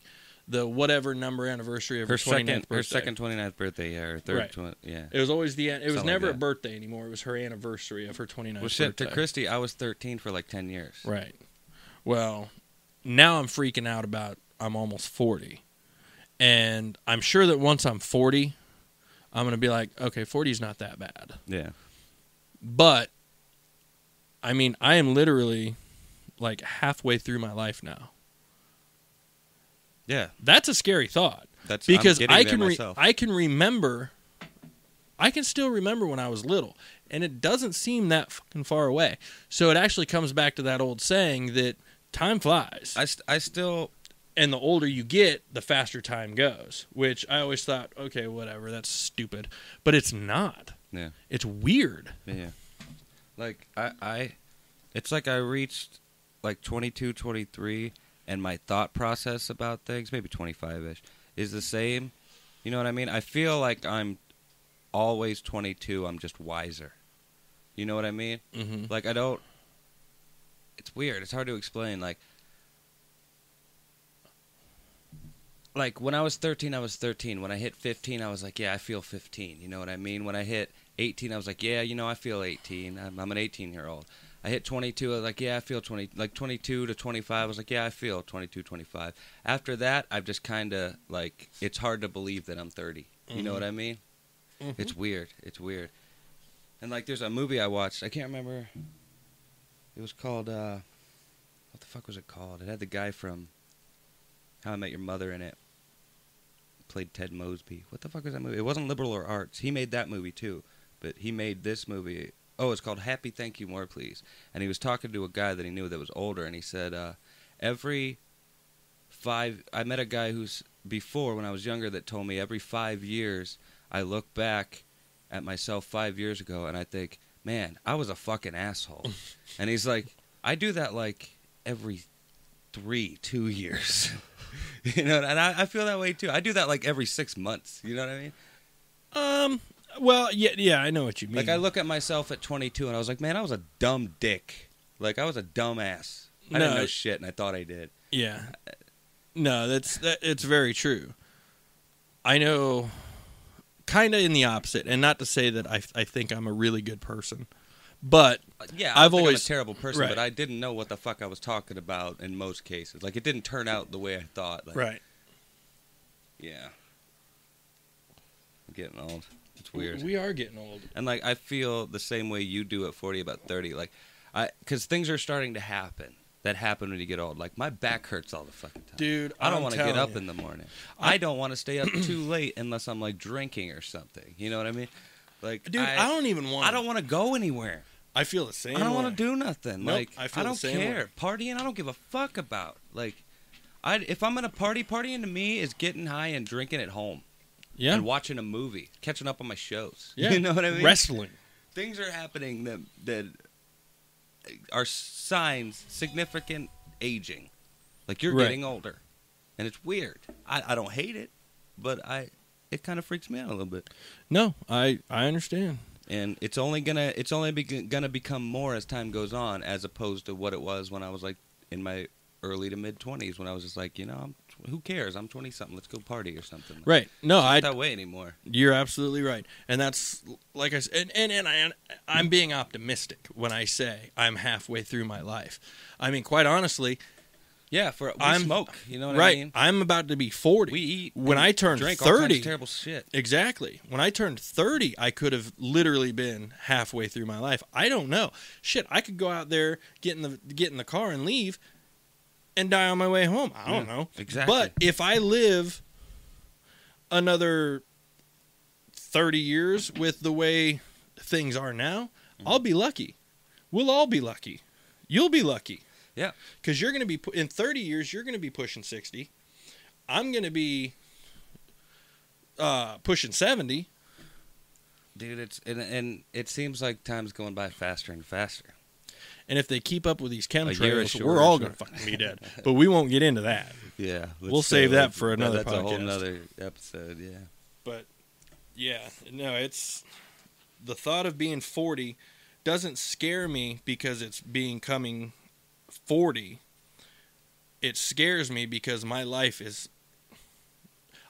Speaker 1: the whatever number anniversary of her,
Speaker 2: her
Speaker 1: 29th
Speaker 2: second,
Speaker 1: birthday.
Speaker 2: her second 29th birthday, yeah, or third,
Speaker 1: Right.
Speaker 2: twen- yeah.
Speaker 1: It was always the, an- it was
Speaker 2: Something like
Speaker 1: never a
Speaker 2: that.
Speaker 1: birthday anymore. It was her anniversary of her 29th
Speaker 2: Well, shit. To
Speaker 1: birthday.
Speaker 2: Christy, I was 13 for like 10 years.
Speaker 1: Right. Well, now I'm freaking out about I'm almost 40. And I'm sure that once I'm 40, I'm going to be like, okay, 40 is not that bad.
Speaker 2: Yeah,
Speaker 1: but I mean, I am literally like halfway through my life now.
Speaker 2: yeah.
Speaker 1: That's a scary thought
Speaker 2: That's I'm
Speaker 1: because
Speaker 2: getting
Speaker 1: I
Speaker 2: there
Speaker 1: can re-
Speaker 2: myself.
Speaker 1: I can remember I can still remember when I was little, and it doesn't seem that fucking far away. So it actually comes back to that old saying that time flies,
Speaker 2: I, st- I still
Speaker 1: and the older you get, the faster time goes. Which I always thought, okay, whatever, that's stupid, but it's not.
Speaker 2: Yeah.
Speaker 1: it's weird.
Speaker 2: yeah like i i it's like i reached like 22 23 and my thought process about things maybe 25ish is the same you know what i mean i feel like i'm always 22 i'm just wiser you know what i mean
Speaker 1: Mm-hmm.
Speaker 2: like i don't it's weird it's hard to explain like like when i was 13 i was 13 when i hit 15 i was like yeah i feel 15 you know what i mean when i hit 18 i was like yeah you know i feel 18 i'm, I'm an 18 year old i hit 22 i was like yeah i feel 20 like 22 to 25 i was like yeah i feel 22 25 after that i've just kind of like it's hard to believe that i'm 30 you know
Speaker 1: Mhm.
Speaker 2: what i mean
Speaker 1: Mm-hmm.
Speaker 2: it's weird. It's weird. And like, there's a movie I watched. I can't remember. It was called. uh What the fuck was it called? It had the guy from How I Met Your Mother in it. Played Ted Mosby. What the fuck was that movie? It wasn't Liberal or Arts. He made that movie too, but he made this movie. Oh, it's called Happy Thank You More Please. And he was talking to a guy that he knew that was older, and he said, uh, every five. I met a guy who's before when I was younger that told me every five years I look back at myself five years ago and I think, man, I was a
Speaker 1: [LAUGHS]
Speaker 2: fucking asshole. and he's like, I do that like every three, two years. [LAUGHS] you know, and I, I feel that way too. I do that like every six months. You know what I mean?
Speaker 1: Um. Well, yeah, yeah, I know what you mean.
Speaker 2: Like I look at myself at 22 and I was like, man, I was a dumb dick. Like I was a dumbass. I didn't
Speaker 1: No.
Speaker 2: know shit and I thought I did.
Speaker 1: Yeah. No, that's that, it's very true. I know kind of in the opposite and not to say that I I think I'm a really good person. But
Speaker 2: Yeah, I
Speaker 1: I've
Speaker 2: don't think
Speaker 1: always-
Speaker 2: I'm a terrible person,
Speaker 1: right.
Speaker 2: but I didn't know what the fuck I was talking about in most cases. Like it didn't turn out the way I thought. Like, Yeah. I'm getting old. It's weird.
Speaker 1: We are getting old.
Speaker 2: and like I feel the same way you do at 40 about 30. Like I cuz things are starting to happen that happen when you get old. Like my back hurts all the fucking time.
Speaker 1: Dude,
Speaker 2: I don't
Speaker 1: I'm
Speaker 2: want to get
Speaker 1: telling
Speaker 2: up
Speaker 1: you.
Speaker 2: in the morning. I, don't want to stay up too [COUGHS] late unless I'm like drinking or something. You know what I mean? Like
Speaker 1: Dude, I, don't even want
Speaker 2: I don't want to go anywhere.
Speaker 1: I feel the same.
Speaker 2: I don't
Speaker 1: way.
Speaker 2: want to do nothing.
Speaker 1: Nope,
Speaker 2: like
Speaker 1: I
Speaker 2: I,
Speaker 1: feel the
Speaker 2: don't
Speaker 1: same way.
Speaker 2: care. Partying, I don't give a fuck about. Like, I if I'm gonna party, partying to me is getting high and drinking at home
Speaker 1: Yeah.
Speaker 2: and watching a movie, catching up on my shows. [LAUGHS]
Speaker 1: yeah.
Speaker 2: you know what I mean.
Speaker 1: Wrestling.
Speaker 2: Things are happening that that are signs significant aging. Like you're
Speaker 1: Right.
Speaker 2: getting older, and it's weird. I, I don't hate it, but I it kind of freaks me out a little bit.
Speaker 1: No, I I understand.
Speaker 2: and it's only gonna it's only be, gonna become more as time goes on as opposed to what it was when i was like in my early to mid 20s when i was just like you know I'm, tw- who cares i'm 20 something let's go party or something Like,
Speaker 1: Right. No,
Speaker 2: it's not
Speaker 1: I
Speaker 2: that way anymore
Speaker 1: You're absolutely right, and that's like I said, and and, and I, I'm being optimistic when I say I'm halfway through my life. I mean, quite honestly,
Speaker 2: yeah for we
Speaker 1: I'm-
Speaker 2: smoke you know what
Speaker 1: right?
Speaker 2: i mean
Speaker 1: I'm about to be 40.
Speaker 2: we eat
Speaker 1: when
Speaker 2: and
Speaker 1: I turned
Speaker 2: drink all kinds
Speaker 1: 30.
Speaker 2: of terrible shit
Speaker 1: exactly. When I turned 30, I could have literally been halfway through my life. I don't know. Shit, I could go out there, get in the get in the car, and leave, and die on my way home. I don't
Speaker 2: Yeah,
Speaker 1: know.
Speaker 2: exactly.
Speaker 1: But if I live another 30 years with the way things are now,
Speaker 2: Mm-hmm.
Speaker 1: I'll be lucky. We'll all be lucky. You'll be lucky.
Speaker 2: Yeah.
Speaker 1: Because you're going to be, pu- in 30 years, you're going to be pushing 60. I'm going to be uh, pushing 70.
Speaker 2: dude it's and, and it seems like time's going by faster and faster
Speaker 1: And if they keep up with these
Speaker 2: year is
Speaker 1: chemtrails,
Speaker 2: short,
Speaker 1: we're all
Speaker 2: short.
Speaker 1: going to fucking be dead. But we won't get into that.
Speaker 2: yeah
Speaker 1: We'll save that for another
Speaker 2: that's a whole
Speaker 1: podcast.
Speaker 2: another episode yeah
Speaker 1: but yeah, no, it's the thought of being 40 doesn't scare me because it's being coming 40. It scares me because my life is.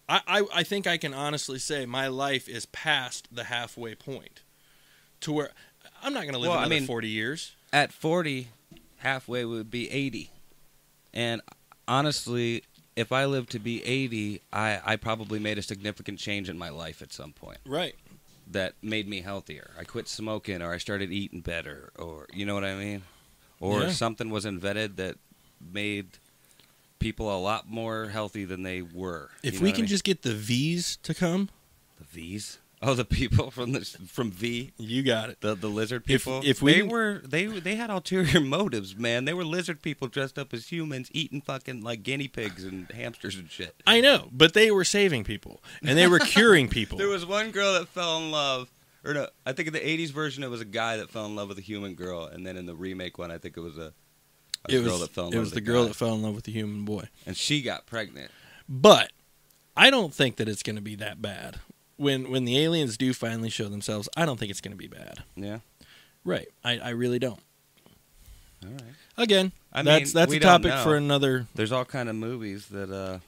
Speaker 1: I, I, I think I can honestly say my life is past the halfway point to where I'm not going to live
Speaker 2: Well, I
Speaker 1: another
Speaker 2: mean-
Speaker 1: 40 years.
Speaker 2: at 40 halfway would be 80 and honestly if i live to be 80 i, I probably made a significant change in my life at some point
Speaker 1: Right.
Speaker 2: that made me healthier i quit smoking or i started eating better or you know what i mean or
Speaker 1: Yeah.
Speaker 2: something was invented that made people a lot more healthy than they were
Speaker 1: If
Speaker 2: You know
Speaker 1: we
Speaker 2: what I
Speaker 1: can
Speaker 2: mean?
Speaker 1: just get the V's to come,
Speaker 2: the v's Oh, the people from the from V,
Speaker 1: You got it.
Speaker 2: the the lizard
Speaker 1: If-
Speaker 2: people.
Speaker 1: if we
Speaker 2: they
Speaker 1: didn't-
Speaker 2: were they they had ulterior [LAUGHS] motives, man. They were lizard people dressed up as humans, eating fucking like guinea pigs and hamsters and shit.
Speaker 1: I know, but they were saving people and they were
Speaker 2: [LAUGHS]
Speaker 1: curing people.
Speaker 2: There was one girl that fell in love, or no, I think in the '80s version it was a guy that fell in love with a human girl, and then in the remake one, I think it was a, a
Speaker 1: it
Speaker 2: girl
Speaker 1: was,
Speaker 2: that fell in
Speaker 1: it
Speaker 2: love
Speaker 1: was
Speaker 2: with
Speaker 1: the
Speaker 2: a
Speaker 1: girl
Speaker 2: guy.
Speaker 1: that fell in love with the human boy.
Speaker 2: and she got pregnant.
Speaker 1: But I don't think that it's going to be that bad. When when the aliens do finally show themselves, I don't think it's going to be bad.
Speaker 2: Yeah,
Speaker 1: Right. I, I really don't.
Speaker 2: all right.
Speaker 1: Again,
Speaker 2: I
Speaker 1: that's
Speaker 2: mean,
Speaker 1: that's
Speaker 2: we
Speaker 1: a
Speaker 2: don't
Speaker 1: topic
Speaker 2: know.
Speaker 1: for another.
Speaker 2: There's all kind of movies that uh,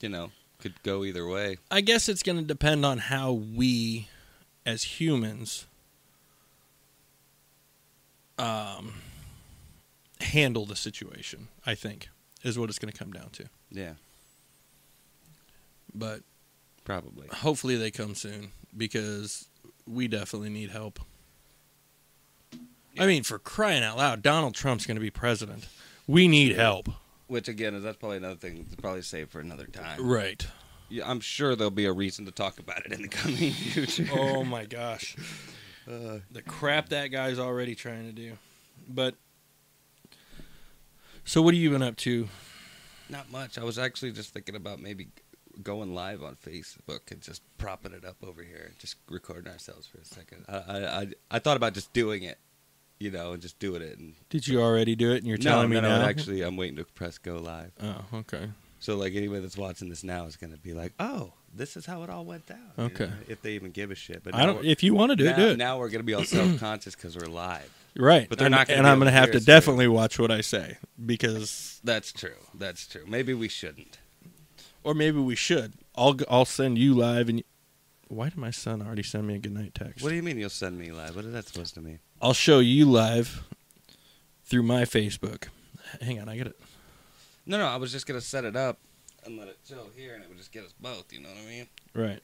Speaker 2: you know, could go either way.
Speaker 1: I guess it's going to depend on how we as humans um handle the situation, I think is what it's going to come down to.
Speaker 2: Yeah,
Speaker 1: But
Speaker 2: probably.
Speaker 1: hopefully they come soon because we definitely need help. I mean, for crying out loud, Donald Trump's going to be president. We need help.
Speaker 2: Which again is that's probably another thing to probably save for another time.
Speaker 1: Right.
Speaker 2: Yeah, I'm sure there'll be a reason to talk about it in the coming [LAUGHS] future.
Speaker 1: Oh my
Speaker 2: [LAUGHS]
Speaker 1: gosh.
Speaker 2: Uh,
Speaker 1: The crap that guy's already trying to do. But So what have you been up to?
Speaker 2: Not much. I was actually just thinking about maybe going live on Facebook and just propping it up over here, just recording ourselves for a second. I I I, I thought about just doing it, you know, and just doing it. And
Speaker 1: Did you already do it and you're telling
Speaker 2: no,
Speaker 1: me
Speaker 2: no,
Speaker 1: now?
Speaker 2: No, actually, I'm waiting to press go live.
Speaker 1: oh, okay.
Speaker 2: So like anybody that's watching this now is gonna be like, oh, this is how it all went down. you
Speaker 1: Okay.
Speaker 2: know, if they even give a shit, but
Speaker 1: I
Speaker 2: now
Speaker 1: don't
Speaker 2: we're-
Speaker 1: if you want to do
Speaker 2: now,
Speaker 1: it, do it.
Speaker 2: now we're gonna
Speaker 1: [CLEARS THROAT]
Speaker 2: be all self conscious because we're live.
Speaker 1: right.
Speaker 2: but they're
Speaker 1: and,
Speaker 2: not gonna
Speaker 1: and
Speaker 2: be
Speaker 1: I'm
Speaker 2: able
Speaker 1: going
Speaker 2: to
Speaker 1: to have
Speaker 2: hear
Speaker 1: to
Speaker 2: us do it.
Speaker 1: definitely watch what I say because
Speaker 2: That's true. That's true. Maybe we shouldn't.
Speaker 1: or maybe we should. I'll I'll send you live and. Why did my son already send me a goodnight text?
Speaker 2: What do you mean you'll send me live? What is that supposed to mean?
Speaker 1: I'll show you live through my Facebook. Hang on, I got it.
Speaker 2: No, no, I was just gonna set it up and let it chill here, and it would just get us both. You know what I mean?
Speaker 1: Right.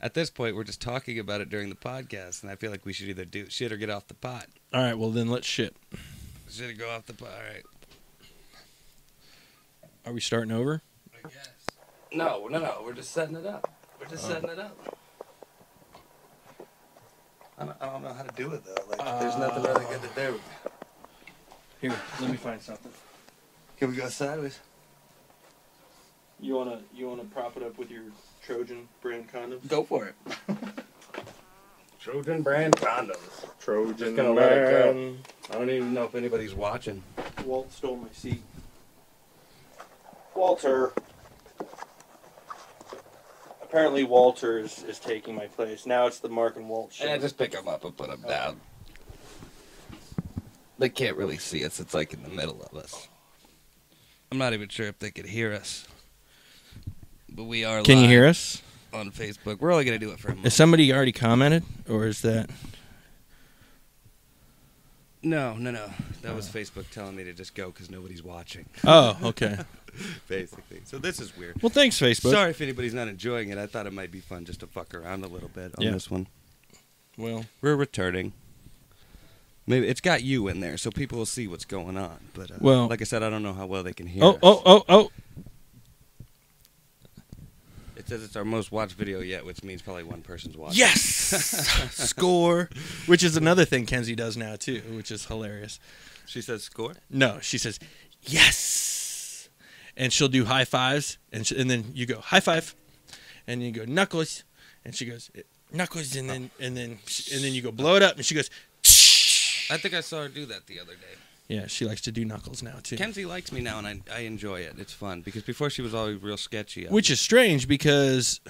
Speaker 2: At this point, we're just talking about it during the podcast, and I feel like we should either do shit or get off the pot.
Speaker 1: All right. Well, then let's shit.
Speaker 2: Should go off the pot? All right.
Speaker 1: Are we starting over?
Speaker 2: I guess. No, no, no. We're just setting it up. We're just setting it up. I don't, I don't know how to do it though. Like, there's nothing really good to do.
Speaker 1: Here, let me find something.
Speaker 2: Can we go sideways?
Speaker 1: You wanna you wanna prop it up with your Trojan brand condom?
Speaker 2: Go for [LAUGHS] it.
Speaker 3: Trojan brand condoms. Trojan
Speaker 2: Just gonna let it go. I don't even know if anybody's watching.
Speaker 1: uh, Walt stole my seat. Walter. Apparently, Walter is, is taking my place. Now it's the Mark and Walt
Speaker 2: Yeah, just pick them up and put them down. They can't really see us. It's like in the middle of us. I'm not even sure if they could hear us. But we are
Speaker 1: Can
Speaker 2: live
Speaker 1: you hear us?
Speaker 2: on Facebook. We're only going to do it for a
Speaker 1: Is
Speaker 2: month.
Speaker 1: somebody already commented, or is that
Speaker 2: No, no, no. That was Facebook telling me to just go because nobody's watching, [LAUGHS]
Speaker 1: Oh, okay.
Speaker 2: basically. So this is weird.
Speaker 1: Well, thanks, Facebook.
Speaker 2: Sorry if anybody's not enjoying it. I thought it might be fun just to fuck around a little bit on
Speaker 1: Yeah.
Speaker 2: this one.
Speaker 1: Well,
Speaker 2: We're returning. Maybe it's got you in there, so people will see what's going on. But uh,
Speaker 1: Well-
Speaker 2: like I said, I don't know how well they can hear.
Speaker 1: oh,
Speaker 2: us.
Speaker 1: oh, oh, oh.
Speaker 2: It says it's our most watched video yet, which means probably one person's watching.
Speaker 1: Yes, [LAUGHS] score. Which is another thing Kenzie does now too, which is hilarious.
Speaker 2: She says score.
Speaker 1: No, she says yes, and she'll do high fives, and sh and then you go high five, and you go knuckles, and she goes knuckles, and then and then sh- and then you go blow it up, and she goes.
Speaker 2: I think I saw her do that the other day.
Speaker 1: Yeah, she likes to do knuckles now too.
Speaker 2: Kenzie likes me now, and I, I enjoy it. It's fun because before she was always real sketchy. I-
Speaker 1: which is strange because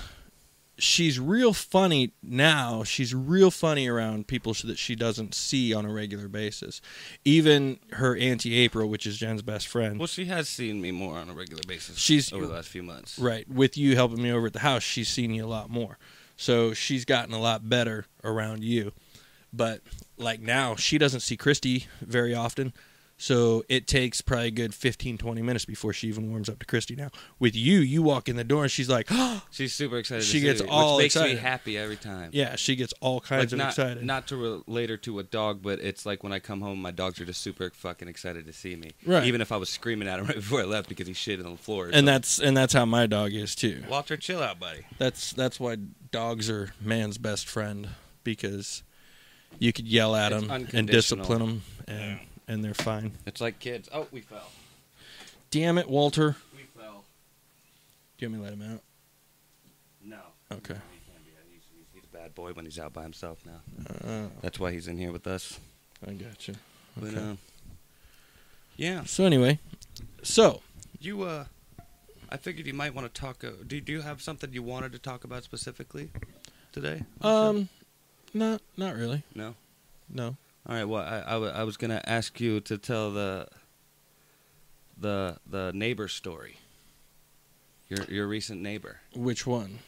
Speaker 1: she's real funny now she's real funny around people sh- that she doesn't see on a regular basis even her auntie april which is jen's best friend
Speaker 2: well, she has seen me more on a regular basis.
Speaker 1: She's-
Speaker 2: over the last few months.
Speaker 1: right with you helping me over at the house she's seen you a lot more so she's gotten a lot better around you but like now she doesn't see christy very often So it takes probably a good 15, 20 minutes before she even warms up to Christy now. With you, you walk in the door and she's like, [GASPS] oh,
Speaker 2: She's super excited. to
Speaker 1: She
Speaker 2: see
Speaker 1: gets
Speaker 2: me,
Speaker 1: all
Speaker 2: which makes
Speaker 1: excited.
Speaker 2: me happy every time.
Speaker 1: yeah, she gets all kinds
Speaker 2: Like
Speaker 1: of
Speaker 2: not,
Speaker 1: excited.
Speaker 2: not to relate her to a dog, but it's like when I come home, my dogs are just super fucking excited to see me.
Speaker 1: Right.
Speaker 2: Even if I was screaming at him [LAUGHS] right before I left because he shit on the floor. or
Speaker 1: and
Speaker 2: something.
Speaker 1: that's and that's how my dog is too.
Speaker 2: Walter, chill out, buddy.
Speaker 1: That's that's why dogs are man's best friend because you could yell at
Speaker 2: It's
Speaker 1: them and
Speaker 2: unconditional.
Speaker 1: discipline them, and and they're fine.
Speaker 2: It's like kids. Oh, we fell.
Speaker 1: Damn it, Walter!
Speaker 2: We fell.
Speaker 1: Do you want me to let him out?
Speaker 2: No.
Speaker 1: Okay.
Speaker 2: No, he can't be out. He's, he's, he's a bad boy when he's out by himself now.
Speaker 1: Oh,
Speaker 2: That's why he's in here with us.
Speaker 1: I got you.
Speaker 2: But,
Speaker 1: Okay.
Speaker 2: uh, yeah.
Speaker 1: So anyway, so
Speaker 2: You, uh, I figured you might want to talk. Uh, do, do you have something you wanted to talk about specifically today?
Speaker 1: um, not not really.
Speaker 2: No.
Speaker 1: No.
Speaker 2: All right. Well, I, I, wa- I was gonna ask you to tell the the the neighbor story. Your your recent neighbor.
Speaker 1: Which one?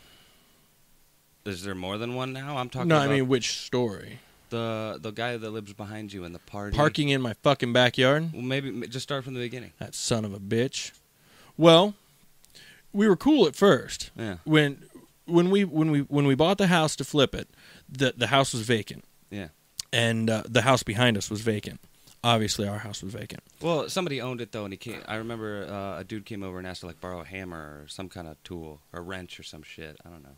Speaker 2: Is there more than one now? I'm talking.
Speaker 1: no, I
Speaker 2: about
Speaker 1: mean which story?
Speaker 2: the the guy that lives behind you in the party.
Speaker 1: Parking in my fucking backyard.
Speaker 2: Well, maybe m- just start from the beginning.
Speaker 1: That son of a bitch. Well, we were cool at first.
Speaker 2: Yeah.
Speaker 1: when when we when we when we bought the house to flip it, the the house was vacant.
Speaker 2: Yeah.
Speaker 1: And uh, the house behind us was vacant. Obviously, our house was vacant.
Speaker 2: Well, somebody owned it though, and he came. I remember uh, a dude came over and asked to like borrow a hammer or some kind of tool or wrench or some shit. I don't know.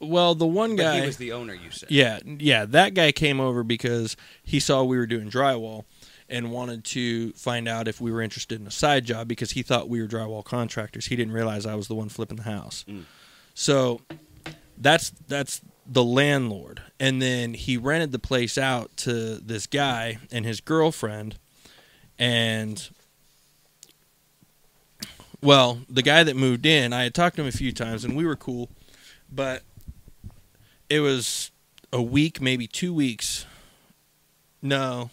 Speaker 1: Well, the one
Speaker 2: But
Speaker 1: guy,
Speaker 2: he was the owner. You said.
Speaker 1: yeah, yeah, that guy came over because he saw we were doing drywall and wanted to find out if we were interested in a side job because he thought we were drywall contractors. He didn't realize I was the one flipping the house.
Speaker 2: Mm.
Speaker 1: So that's that's the landlord. And then he rented the place out to this guy and his girlfriend and well, the guy that moved in, I had talked to him a few times and we were cool, but it was a week, maybe 2 weeks. No.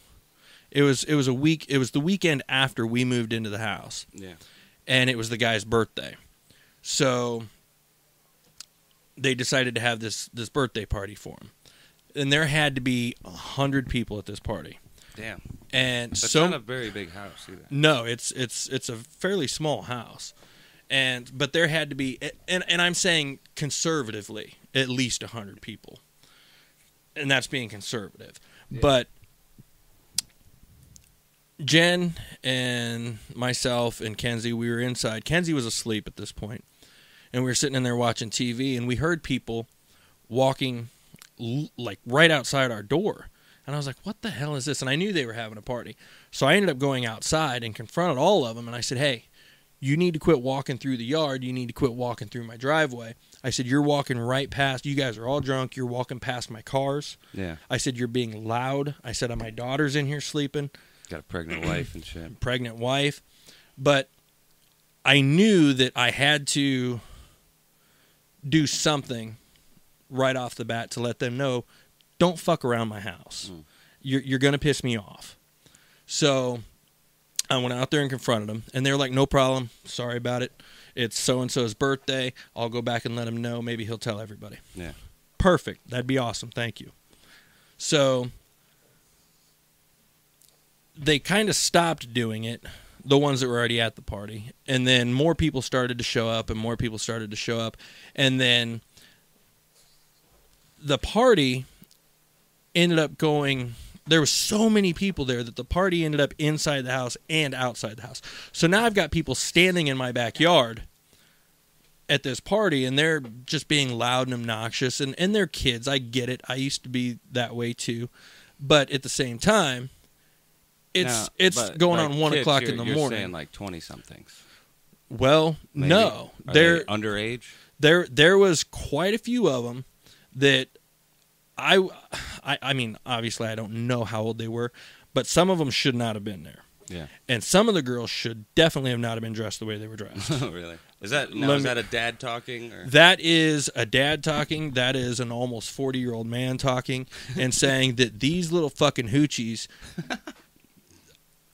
Speaker 1: It was it was a week, it was the weekend after we moved into the house
Speaker 2: Yeah.
Speaker 1: and it was the guy's birthday. So they decided to have this this birthday party for him, and there had to be a hundred people at this party,
Speaker 2: Damn.
Speaker 1: and
Speaker 2: That's
Speaker 1: so
Speaker 2: not a very big house either.
Speaker 1: no, it's it's it's a fairly small house, and but there had to be, and and I'm saying conservatively at least hundred people, and that's being conservative. But Jen and myself and Kenzie, we were inside. Kenzie was asleep at this point, and we were sitting in there watching TV, and we heard people walking l- like right outside our door. And I was like, what the hell is this? And I knew they were having a party. So I ended up going outside and confronted all of them. And I said, hey, you need to quit walking through the yard. You need to quit walking through my driveway. I said, you're walking right past. You guys are all drunk. You're walking past my cars.
Speaker 2: Yeah.
Speaker 1: I said, you're being loud. I said, my daughter's in here sleeping
Speaker 2: Got a pregnant wife and shit.
Speaker 1: pregnant wife, but I knew that I had to do something right off the bat to let them know don't fuck around my house.
Speaker 2: Mm.
Speaker 1: You're, you're going to piss me off. So I went out there and confronted them, and they were like, no problem. Sorry about it. It's so and so's birthday. I'll go back and let him know. Maybe he'll tell everybody.
Speaker 2: Yeah.
Speaker 1: Perfect. That'd be awesome. Thank you. So they kind of stopped doing it, the ones that were already at the party. And then more people started to show up and more people started to show up. And then the party ended up going there was so many people there that the party ended up inside the house and outside the house. So now I've got people standing in my backyard at this party and they're just being loud and obnoxious and, and they're kids. I get it. I used to be that way too. But at the same time, it's
Speaker 2: Now,
Speaker 1: it's
Speaker 2: but,
Speaker 1: going
Speaker 2: like,
Speaker 1: on one
Speaker 2: kids,
Speaker 1: o'clock in
Speaker 2: you're-
Speaker 1: the
Speaker 2: you're
Speaker 1: morning.
Speaker 2: Saying like twenty somethings.
Speaker 1: well,
Speaker 2: maybe?
Speaker 1: no.
Speaker 2: Are
Speaker 1: They're
Speaker 2: they underage. [LAUGHS]
Speaker 1: there there was quite a few of them that I, I I mean obviously I don't know how old they were, but some of them should not have been there,
Speaker 2: Yeah.
Speaker 1: and some of the girls should definitely have not have been dressed the way they were dressed. [LAUGHS]
Speaker 2: oh, really? Is that now,
Speaker 1: Let
Speaker 2: is
Speaker 1: me-
Speaker 2: that a dad talking? Or?
Speaker 1: that is a dad talking. That is an almost forty year old man talking and saying that these little fucking hoochies.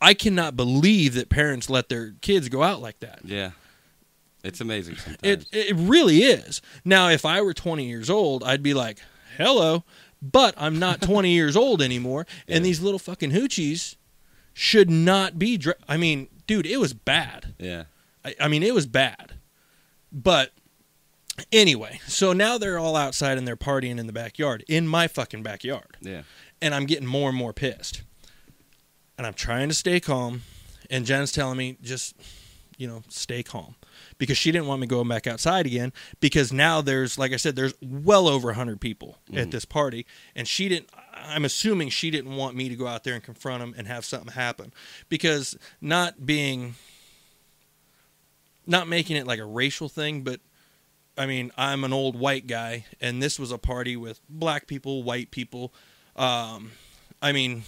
Speaker 1: I cannot believe that parents let their kids go out like that.
Speaker 2: Yeah. It's amazing sometimes.
Speaker 1: It it really is. Now, if I were 20 years old, I'd be like, "Hello," but I'm not 20 years old anymore, and
Speaker 2: Yeah.
Speaker 1: these little fucking hoochies should not be. Dra- I mean, dude, it was bad.
Speaker 2: Yeah.
Speaker 1: I, I mean, it was bad. But anyway, so now they're all outside and they're partying in the backyard, in my fucking backyard.
Speaker 2: Yeah.
Speaker 1: And I'm getting more and more pissed. And I'm trying to stay calm. And Jen's telling me, just, you know, stay calm. Because she didn't want me going back outside again. Because now there's, like I said, there's well over 100 people at this party. And she didn't, I'm assuming she didn't want me to go out there and confront them and have something happen. Because not being not making it like a racial thing, but I mean, I'm an old white guy, and this was a party with black people, white people, um, I mean,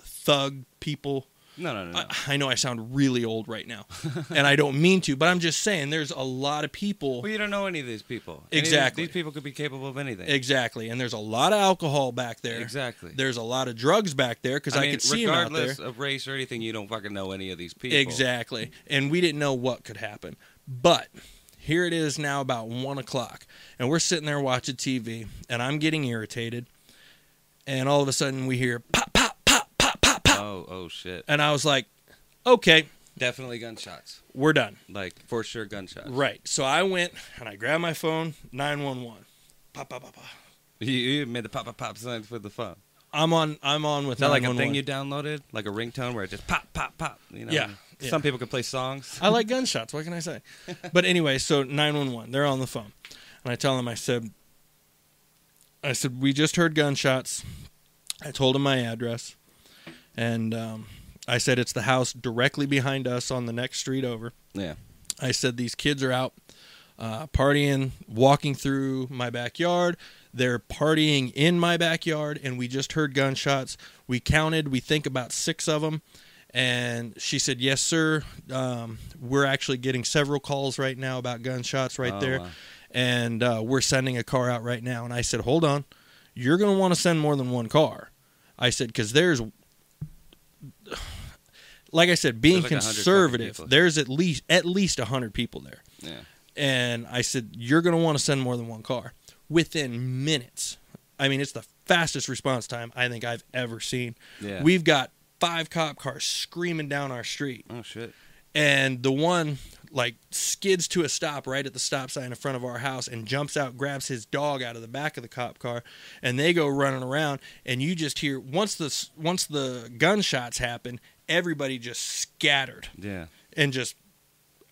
Speaker 1: thug people.
Speaker 2: No, no, no. no.
Speaker 1: I, I know I sound really old right
Speaker 2: [LAUGHS]
Speaker 1: now, and I don't mean to, but I'm just saying there's a lot of people.
Speaker 2: well, you don't know any of these people. Any of these-
Speaker 1: Exactly.
Speaker 2: these people could be capable of anything.
Speaker 1: Exactly, and there's a lot of alcohol back there.
Speaker 2: Exactly.
Speaker 1: There's a lot of drugs back there because I,
Speaker 2: mean,
Speaker 1: could see them out there.
Speaker 2: regardless of race or anything, you don't fucking know any of these people.
Speaker 1: Exactly. And we didn't know what could happen. But here it is now about one o'clock. And we're sitting there watching TV and I'm getting irritated. And all of a sudden we hear pop, pop, pop, pop, pop, pop.
Speaker 2: Oh, oh shit.
Speaker 1: And I was like, okay,
Speaker 2: Definitely gunshots.
Speaker 1: we're done.
Speaker 2: Like for sure gunshots.
Speaker 1: Right. So I went and I grabbed my phone, 911. Pop, pop, pop, pop.
Speaker 2: [LAUGHS] You, you made the pop pop pop signs for the phone.
Speaker 1: I'm on, I'm on with
Speaker 2: Is that like a
Speaker 1: 911.
Speaker 2: thing you downloaded, like a ringtone where it just pop pop pop? You know?
Speaker 1: Yeah, yeah.
Speaker 2: Some people can play songs.
Speaker 1: [LAUGHS] I like gunshots. What can I
Speaker 2: [LAUGHS]
Speaker 1: say? But anyway, so 911, they're on the phone. And I tell them, I said, I said, we just heard gunshots. I told them my address. And um, I said, it's the house directly behind us on the next street over.
Speaker 2: Yeah.
Speaker 1: I said, these kids are out uh, partying, walking through my backyard. They're partying in my backyard, and we just heard gunshots. We counted, we think about six of them. And she said, Yes, sir. Um, we're actually getting several calls right now about gunshots right
Speaker 2: Oh,
Speaker 1: there.
Speaker 2: wow.
Speaker 1: And uh, we're sending a car out right now. And I said, Hold on. You're going to want to send more than one car. I said, Because there's, like I said, being
Speaker 2: There's like 100 fucking
Speaker 1: conservative,
Speaker 2: people.
Speaker 1: there's at least at least 100 people there
Speaker 2: Yeah.
Speaker 1: and I said, "You're going to want to send more than one car." Within minutes, I mean, it's the fastest response time I think I've ever seen.
Speaker 2: Yeah.
Speaker 1: We've got five cop cars screaming down our street,
Speaker 2: Oh shit.
Speaker 1: and the one like skids to a stop right at the stop sign in front of our house and jumps out, grabs his dog out of the back of the cop car, and they go running around. And you just hear once the s- once the gunshots happen, everybody just scattered
Speaker 2: Yeah.
Speaker 1: and just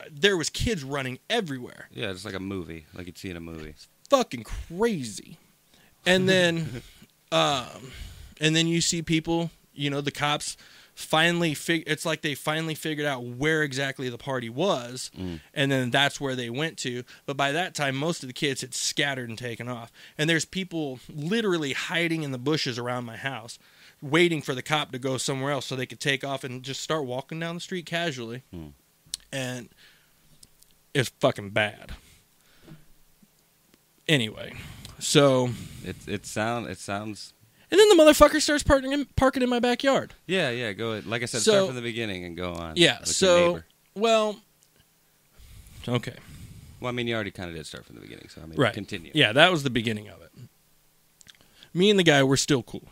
Speaker 1: uh, there was kids running everywhere
Speaker 2: Yeah, just like a movie, like you'd see in a movie.
Speaker 1: fucking crazy. And then, um, and then you see people, you know, the cops finally fig- it's like they finally figured out where exactly the party was and then that's where they went to but by that time most of the kids had scattered and taken off and there's people literally hiding in the bushes around my house waiting for the cop to go somewhere else so they could take off and just start walking down the street casually and it's fucking bad anyway so
Speaker 2: It it sound it sounds.
Speaker 1: and then the motherfucker starts parking in, parking in my backyard
Speaker 2: Yeah, yeah. Go ahead. like I said,
Speaker 1: So-
Speaker 2: start from the beginning and go on.
Speaker 1: yeah
Speaker 2: with your
Speaker 1: so
Speaker 2: neighbor.
Speaker 1: well okay
Speaker 2: well, I mean, you already kind of did start from the beginning, so I mean,
Speaker 1: Right.
Speaker 2: Continue.
Speaker 1: Yeah, that was the beginning of it. Me and the guy were still cool.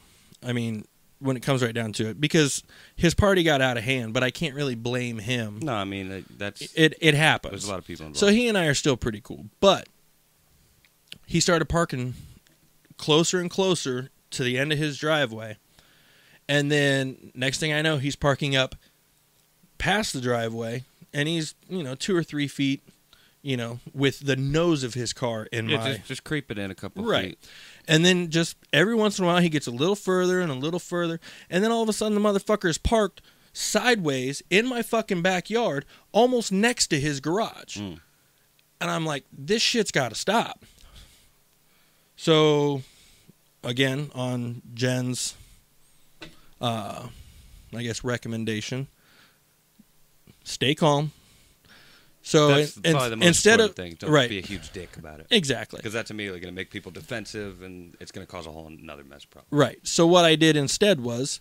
Speaker 1: I mean, when it comes right down to it, because his party got out of hand, but I can't really blame him.
Speaker 2: No, I mean uh, that's
Speaker 1: It it happens.
Speaker 2: there's a lot of people involved.
Speaker 1: so he and I are still pretty cool, but he started parking closer and closer to the end of his driveway, and then next thing I know, he's parking up past the driveway, and he's you know two or three feet, you know, with the nose of his car in
Speaker 2: yeah,
Speaker 1: my
Speaker 2: just just creep it in a couple
Speaker 1: Right.
Speaker 2: feet.
Speaker 1: And then just every once in a while, he gets a little further and a little further. And then all of a sudden, the motherfucker is parked sideways in my fucking backyard, almost next to his garage.
Speaker 2: Mm.
Speaker 1: And I'm like, this shit's got to stop. So, again, on Jen's, uh, I guess, recommendation, stay calm. So
Speaker 2: That's
Speaker 1: in- in-
Speaker 2: probably the most
Speaker 1: Oh, instead
Speaker 2: important
Speaker 1: of
Speaker 2: thing. Don't
Speaker 1: right,
Speaker 2: be a huge dick about it.
Speaker 1: exactly.
Speaker 2: Because that's immediately going to make people defensive, and it's going to cause a whole another mess problem.
Speaker 1: Right. So what I did instead was,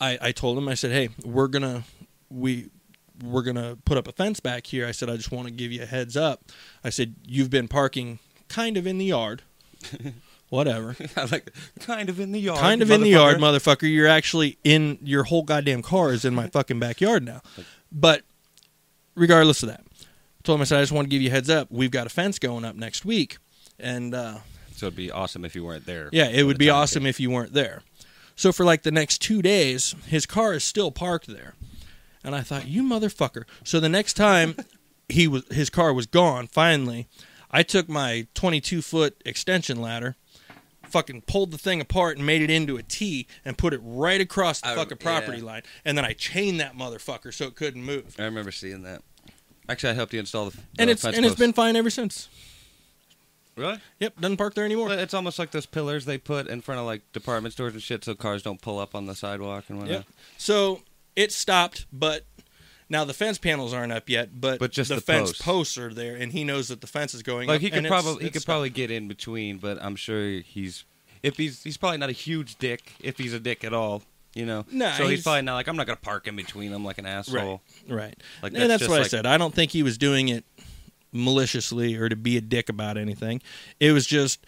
Speaker 1: I, I told him I said, hey, we're gonna we we're gonna put up a fence back here. I said I just want to give you a heads up. I said you've been parking kind of in the yard, whatever.
Speaker 2: I [LAUGHS] like kind of in the yard.
Speaker 1: kind of in the yard,
Speaker 2: motherfucker.
Speaker 1: motherfucker. You're actually in your whole goddamn car is in my fucking backyard now. But regardless of that, I told him I said I just want to give you a heads up. We've got a fence going up next week, and uh,
Speaker 2: So it'd be awesome if you weren't there.
Speaker 1: yeah, it
Speaker 2: by
Speaker 1: would
Speaker 2: the
Speaker 1: be
Speaker 2: time it
Speaker 1: awesome
Speaker 2: came.
Speaker 1: if you weren't there. So for like the next two days, his car is still parked there, and I thought, you motherfucker. So the next
Speaker 2: [LAUGHS]
Speaker 1: time he was his car was gone. Finally, I took my 22 foot extension ladder. Fucking pulled the thing apart and made it into a T and put it right across the
Speaker 2: I rem-
Speaker 1: fucking property
Speaker 2: yeah.
Speaker 1: line. And then I chained that motherfucker so it couldn't move.
Speaker 2: I remember seeing that. Actually, I helped you install the. the
Speaker 1: And it's
Speaker 2: fence
Speaker 1: and it's
Speaker 2: post.
Speaker 1: been fine ever since.
Speaker 2: really.
Speaker 1: Yep, doesn't park there anymore.
Speaker 2: Well, It's almost like those pillars they put in front of like department stores and shit, so cars don't pull up on the sidewalk and whatnot.
Speaker 1: Yep. So it stopped, but now the fence panels aren't up yet. But,
Speaker 2: But just the
Speaker 1: fence
Speaker 2: posts.
Speaker 1: posts are there, and he knows that the fence is going.
Speaker 2: Like
Speaker 1: up,
Speaker 2: he could
Speaker 1: and it's-
Speaker 2: probably he
Speaker 1: it's
Speaker 2: could
Speaker 1: stopped.
Speaker 2: probably get in between, but I'm sure he's if he's he's probably not a huge dick if he's a dick at all, you know.
Speaker 1: Nah,
Speaker 2: so he's,
Speaker 1: he's-
Speaker 2: probably not like I'm not gonna park in between them like an asshole.
Speaker 1: right.
Speaker 2: Like,
Speaker 1: and
Speaker 2: that's
Speaker 1: that's
Speaker 2: just
Speaker 1: what I
Speaker 2: like-
Speaker 1: said. I don't think he was doing it maliciously or to be a dick about anything. It was just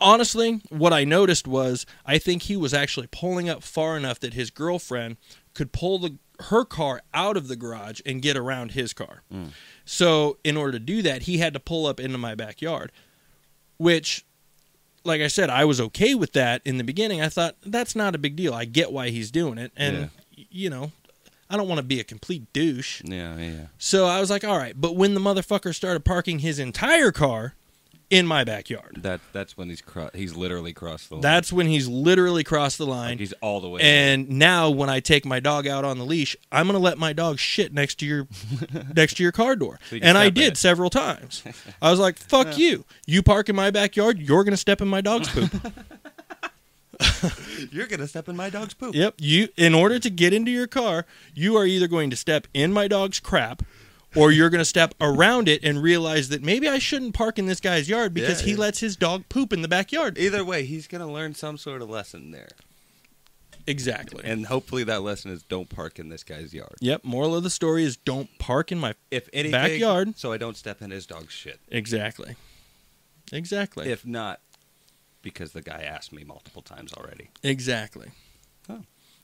Speaker 1: honestly what I noticed was I think he was actually pulling up far enough that his girlfriend could pull the her car out of the garage and get around his car.
Speaker 2: Mm.
Speaker 1: So in order to do that, he had to pull up into my backyard, which like I said, I was okay with that in the beginning. I thought that's not a big deal. I get why he's doing it and
Speaker 2: Yeah.
Speaker 1: y- you know, I don't want to be a complete douche.
Speaker 2: Yeah, yeah.
Speaker 1: So I was like, all right. But when the motherfucker started parking his entire car in my backyard,
Speaker 2: That that's when he's cro- he's literally crossed the line.
Speaker 1: that's when he's literally crossed the
Speaker 2: like
Speaker 1: line.
Speaker 2: he's all the way.
Speaker 1: and now when I take my dog out on the leash, I'm gonna let my dog shit next to
Speaker 2: [LAUGHS]
Speaker 1: your next to your car door.
Speaker 2: So you can
Speaker 1: and I
Speaker 2: step in
Speaker 1: did
Speaker 2: it.
Speaker 1: several
Speaker 2: [LAUGHS]
Speaker 1: times. I was like, fuck you. You park in my backyard, you're gonna step in my dog's poop.
Speaker 2: you're gonna step in my dog's poop.
Speaker 1: Yep. You in order to get into your car, you are either going to step in my dog's crap or you're going to step around it and realize that maybe I shouldn't park in this guy's yard because
Speaker 2: Yeah,
Speaker 1: he
Speaker 2: yeah.
Speaker 1: lets his dog poop in the backyard.
Speaker 2: Either way, he's gonna learn some sort of lesson there,
Speaker 1: Exactly.
Speaker 2: and hopefully that lesson is don't park in this guy's yard.
Speaker 1: yep, moral of the story is don't park in my
Speaker 2: If anything,
Speaker 1: Backyard.
Speaker 2: so I don't step in his dog's shit.
Speaker 1: Exactly. Exactly.
Speaker 2: If not, because the guy asked me multiple times already.
Speaker 1: Exactly.
Speaker 2: Oh.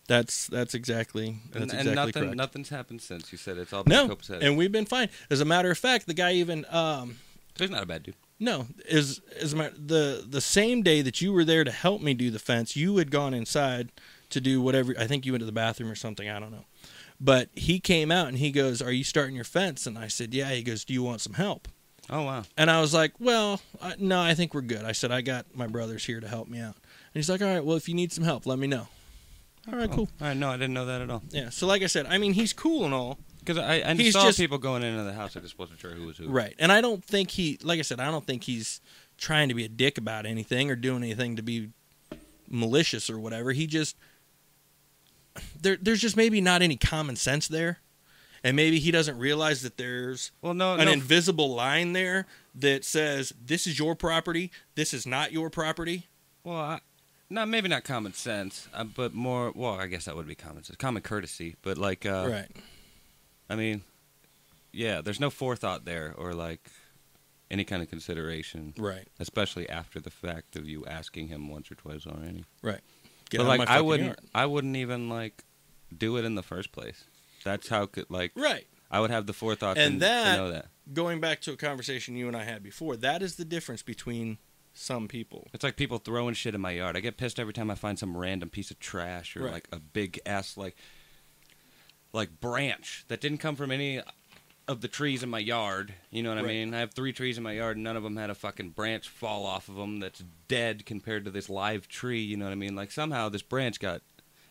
Speaker 1: That's that's exactly that's
Speaker 2: And,
Speaker 1: exactly
Speaker 2: and nothing,
Speaker 1: correct.
Speaker 2: nothing's happened since you said it's all been
Speaker 1: no,
Speaker 2: copacetic.
Speaker 1: and we've been fine. As a matter of fact, the guy even um,
Speaker 2: so he's not a bad dude.
Speaker 1: No, is is my the the same day that you were there to help me do the fence, you had gone inside to do whatever. I think you went to the bathroom or something. I don't know. But he came out and he goes, "Are you starting your fence?" And I said, "Yeah." He goes, "Do you want some help?"
Speaker 2: Oh wow,
Speaker 1: And I was like, "Well, I, no, I think we're good." I said, "I got my brothers here to help me out." And he's like, "All right, well, if you need some help, let me know." All right, cool.
Speaker 2: All right, no, I didn't know that at all.
Speaker 1: Yeah. So, like I said, I mean, he's cool and all,
Speaker 2: Because I, I
Speaker 1: He's
Speaker 2: saw
Speaker 1: just-
Speaker 2: people going into the house. I just wasn't sure who was who.
Speaker 1: Right. And I don't think he, like I said, I don't think he's trying to be a dick about anything or doing anything to be malicious or whatever. He just, there, there's just maybe not any common sense there. And maybe he doesn't realize that there's
Speaker 2: Well, no,
Speaker 1: an
Speaker 2: Oh, no.
Speaker 1: invisible line there that says, this is your property, this is not your property.
Speaker 2: well, I, not maybe not common sense, uh, but more. Well, I guess that would be common sense, common courtesy. But like, uh,
Speaker 1: right.
Speaker 2: I mean, yeah, there's no forethought there or like any kind of consideration,
Speaker 1: Right.
Speaker 2: especially after the fact of you asking him once or twice already.
Speaker 1: Get
Speaker 2: but
Speaker 1: out of my
Speaker 2: like, I
Speaker 1: fucking
Speaker 2: wouldn't,
Speaker 1: yard.
Speaker 2: I wouldn't even like do it in the first place. That's how could like
Speaker 1: Right.
Speaker 2: I would have the forethought
Speaker 1: And
Speaker 2: to,
Speaker 1: that-
Speaker 2: to know that.
Speaker 1: Going back to a conversation you and I had before, that is the difference between some people.
Speaker 2: It's like people throwing shit in my yard. I get pissed every time I find some random piece of trash or
Speaker 1: Right.
Speaker 2: like a big ass like like branch that didn't come from any of the trees in my yard. You know what I
Speaker 1: Right.
Speaker 2: mean? I have three trees in my yard, and none of them had a fucking branch fall off of them that's dead compared to this live tree. You know what I mean? Like somehow this branch got,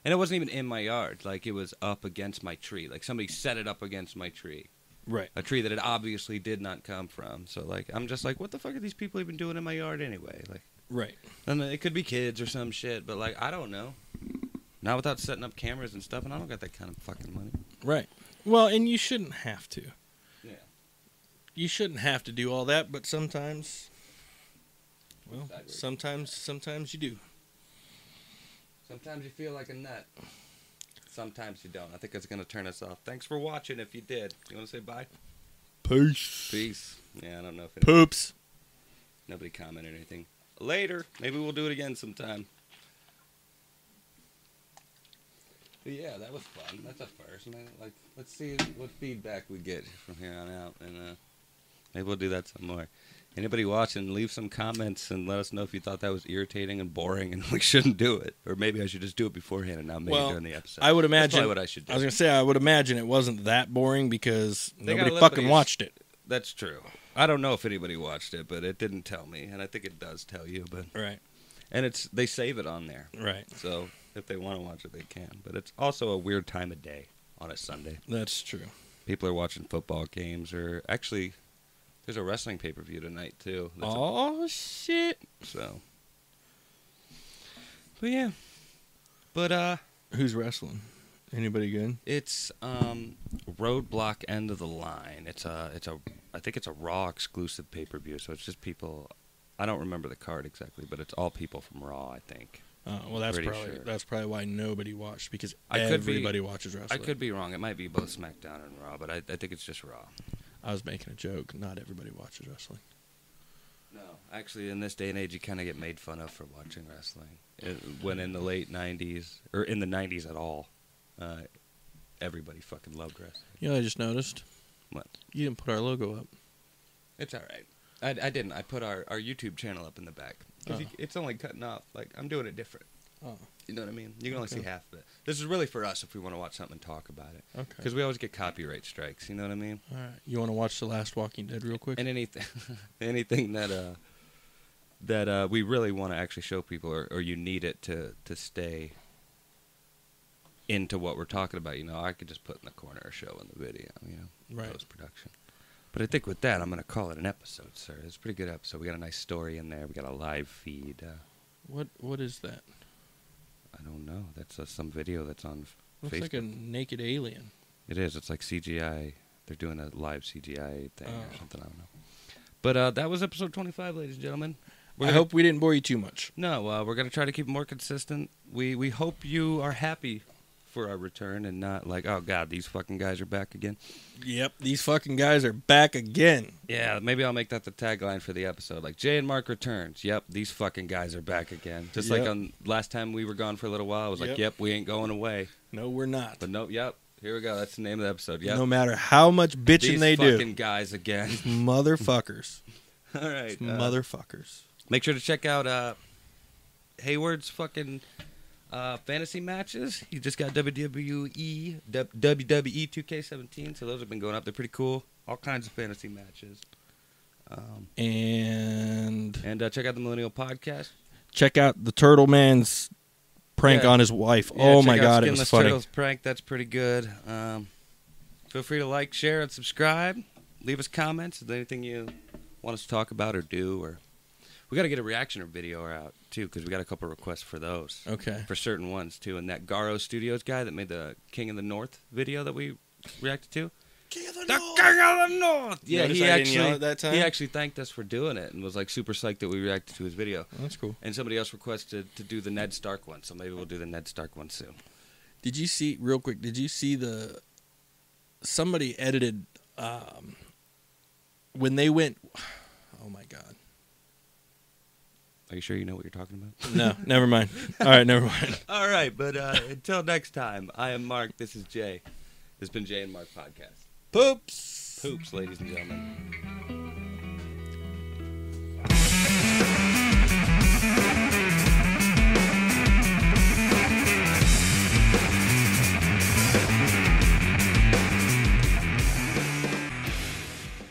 Speaker 2: and it wasn't even in my yard. Like it was up against my tree. Like somebody set it up against my tree
Speaker 1: Right.
Speaker 2: a tree that it obviously did not come from. So like I'm just like, what the fuck are these people even doing in my yard anyway? Like,
Speaker 1: Right.
Speaker 2: and it could be kids or some shit, but like I don't know. Not without setting up cameras and stuff, and I don't got that kind of fucking money.
Speaker 1: Right. Well, and you shouldn't have to.
Speaker 2: Yeah.
Speaker 1: You shouldn't have to do all that, but sometimes well,
Speaker 2: I agree.
Speaker 1: sometimes sometimes you do.
Speaker 2: Sometimes you feel like a nut. Sometimes you don't. I think it's gonna turn us off. Thanks for watching. If you did, you want to say bye?
Speaker 1: Peace.
Speaker 2: Peace. Yeah, I don't know if any,
Speaker 1: Poops.
Speaker 2: nobody commented or anything. later. Maybe we'll do it again sometime. But yeah, that was fun. That's a first. Man. Like, let's see what feedback we get from here on out, and uh, maybe we'll do that some more. Anybody watching, leave some comments and let us know if you thought that was irritating and boring, and [LAUGHS] we shouldn't do it, or maybe I should just do it beforehand and not make
Speaker 1: Well,
Speaker 2: it during the episode.
Speaker 1: I would
Speaker 2: That's probably
Speaker 1: imagine-
Speaker 2: what I should do.
Speaker 1: I was gonna say I would imagine it wasn't that boring because
Speaker 2: They got
Speaker 1: nobody
Speaker 2: a
Speaker 1: fucking
Speaker 2: Lebanese-
Speaker 1: watched it.
Speaker 2: That's true. I don't know if anybody watched it, but it didn't tell me, and I think it does tell you. But
Speaker 1: Right.
Speaker 2: and it's they save it on there,
Speaker 1: Right.
Speaker 2: so if they want to watch it, they can. But it's also a weird time of day on a Sunday.
Speaker 1: That's true.
Speaker 2: People are watching football games, or actually, there's a wrestling pay per view tonight too. That's
Speaker 1: Oh shit.
Speaker 2: So, but yeah, but uh,
Speaker 1: Who's wrestling? Anybody good?
Speaker 2: it's um, Roadblock End of the Line. It's a, it's a, I think it's a Raw exclusive pay per view. So it's just people. I don't remember the card exactly, but it's all people from Raw. I think.
Speaker 1: Uh, well, that's
Speaker 2: Pretty
Speaker 1: probably
Speaker 2: sure.
Speaker 1: that's probably why nobody watched because
Speaker 2: I could be-
Speaker 1: everybody watches
Speaker 2: I
Speaker 1: wrestling.
Speaker 2: could be wrong. It might be both SmackDown and Raw, but I, I think it's just Raw.
Speaker 1: I was making a joke. Not everybody watches wrestling.
Speaker 2: No, actually, in this day and age, you kind of get made fun of for watching wrestling. It, when in the late '90s, or in the '90s at all, uh, everybody fucking loved wrestling.
Speaker 1: You know, what I just noticed.
Speaker 2: What?
Speaker 1: You didn't put our logo up.
Speaker 2: It's all right. I, I didn't. I put our, our YouTube channel up in the back. 'Cause you-
Speaker 1: Oh.
Speaker 2: it's only cutting off. Like, I'm doing it different.
Speaker 1: Oh,
Speaker 2: You know what I mean? You can only see
Speaker 1: Okay.
Speaker 2: half of it. This is really for us if we want to watch something and talk about it.
Speaker 1: okay.
Speaker 2: Because we always get copyright strikes. You know what I mean?
Speaker 1: All right. You want to watch the last Walking Dead real quick?
Speaker 2: And [LAUGHS] anything, anything that uh, that uh, we really want to actually show people, or, or you need it to to stay into what we're talking about. You know, I could just put in the corner or show in the video. You know,
Speaker 1: Right.
Speaker 2: post production. But I think with that, I'm going to call it an episode, sir. It's a pretty good episode. We got a nice story in there. We got a live feed. Uh,
Speaker 1: What What is that?
Speaker 2: I don't know. That's uh, some video that's on f-
Speaker 1: Looks
Speaker 2: Facebook.
Speaker 1: like a naked alien.
Speaker 2: It is. It's like CGI. They're doing a live CGI thing or
Speaker 1: Oh.
Speaker 2: something. I don't know. But uh, that was episode 25, ladies and gentlemen. We're
Speaker 1: I
Speaker 2: gonna-
Speaker 1: hope we didn't bore you too much.
Speaker 2: No, uh, we're going to try to keep more consistent. We we hope you are happy for our return and not like, oh god, these fucking guys are back again.
Speaker 1: Yep. These fucking guys are back again.
Speaker 2: Yeah, maybe I'll make that the tagline for the episode. Like Jay and Mark returns. Yep, these fucking guys are back again. Just like
Speaker 1: Yep.
Speaker 2: on last time we were gone for a little while, I was like,
Speaker 1: Yep.
Speaker 2: yep, we ain't going away.
Speaker 1: No, we're not.
Speaker 2: But nope, yep. Here we go. That's the name of the episode. Yep.
Speaker 1: No matter how much bitching
Speaker 2: these
Speaker 1: they
Speaker 2: fucking guys again. [LAUGHS]
Speaker 1: do, motherfuckers,
Speaker 2: All right. uh,
Speaker 1: motherfuckers.
Speaker 2: Make sure to check out uh, Hayward's fucking uh, fantasy matches. He just got WWE W- E WWE 2K17, so those have been going up. They're pretty cool. All kinds of fantasy matches. Um,
Speaker 1: And
Speaker 2: and uh, check out the Millennial Podcast.
Speaker 1: check out the Turtle Man's prank
Speaker 2: Yeah.
Speaker 1: on his wife.
Speaker 2: Yeah,
Speaker 1: oh
Speaker 2: check
Speaker 1: my
Speaker 2: out
Speaker 1: god, it was
Speaker 2: Skinless
Speaker 1: funny.
Speaker 2: Turtles prank. That's pretty good. Um, feel free to like, share, and subscribe. Leave us comments. Is there anything you want us to talk about or do? Or we got to get a reaction or video out too because we got a couple requests for those.
Speaker 1: Okay.
Speaker 2: for certain ones too. And that Garo Studios guy that made the King of the North video that we reacted to. The King of the North. Yeah,
Speaker 1: Notice
Speaker 2: he
Speaker 1: I didn't
Speaker 2: actually
Speaker 1: yell at that time?
Speaker 2: he actually thanked us for doing it and was like super psyched that we reacted to his video.
Speaker 1: That's cool.
Speaker 2: And somebody else requested to do the Ned Stark one, so maybe we'll do the Ned Stark one soon.
Speaker 1: Did you see real quick? Did you see the somebody edited um, when they went? [SIGHS] Oh my god!
Speaker 2: Are you sure you know what you're talking about?
Speaker 1: No, never mind. All right, never mind.
Speaker 2: All right, but uh, until next time, I am Mark. This is Jay. This has been Jay and Mark podcast.
Speaker 1: Poops.
Speaker 2: Poops, ladies and gentlemen.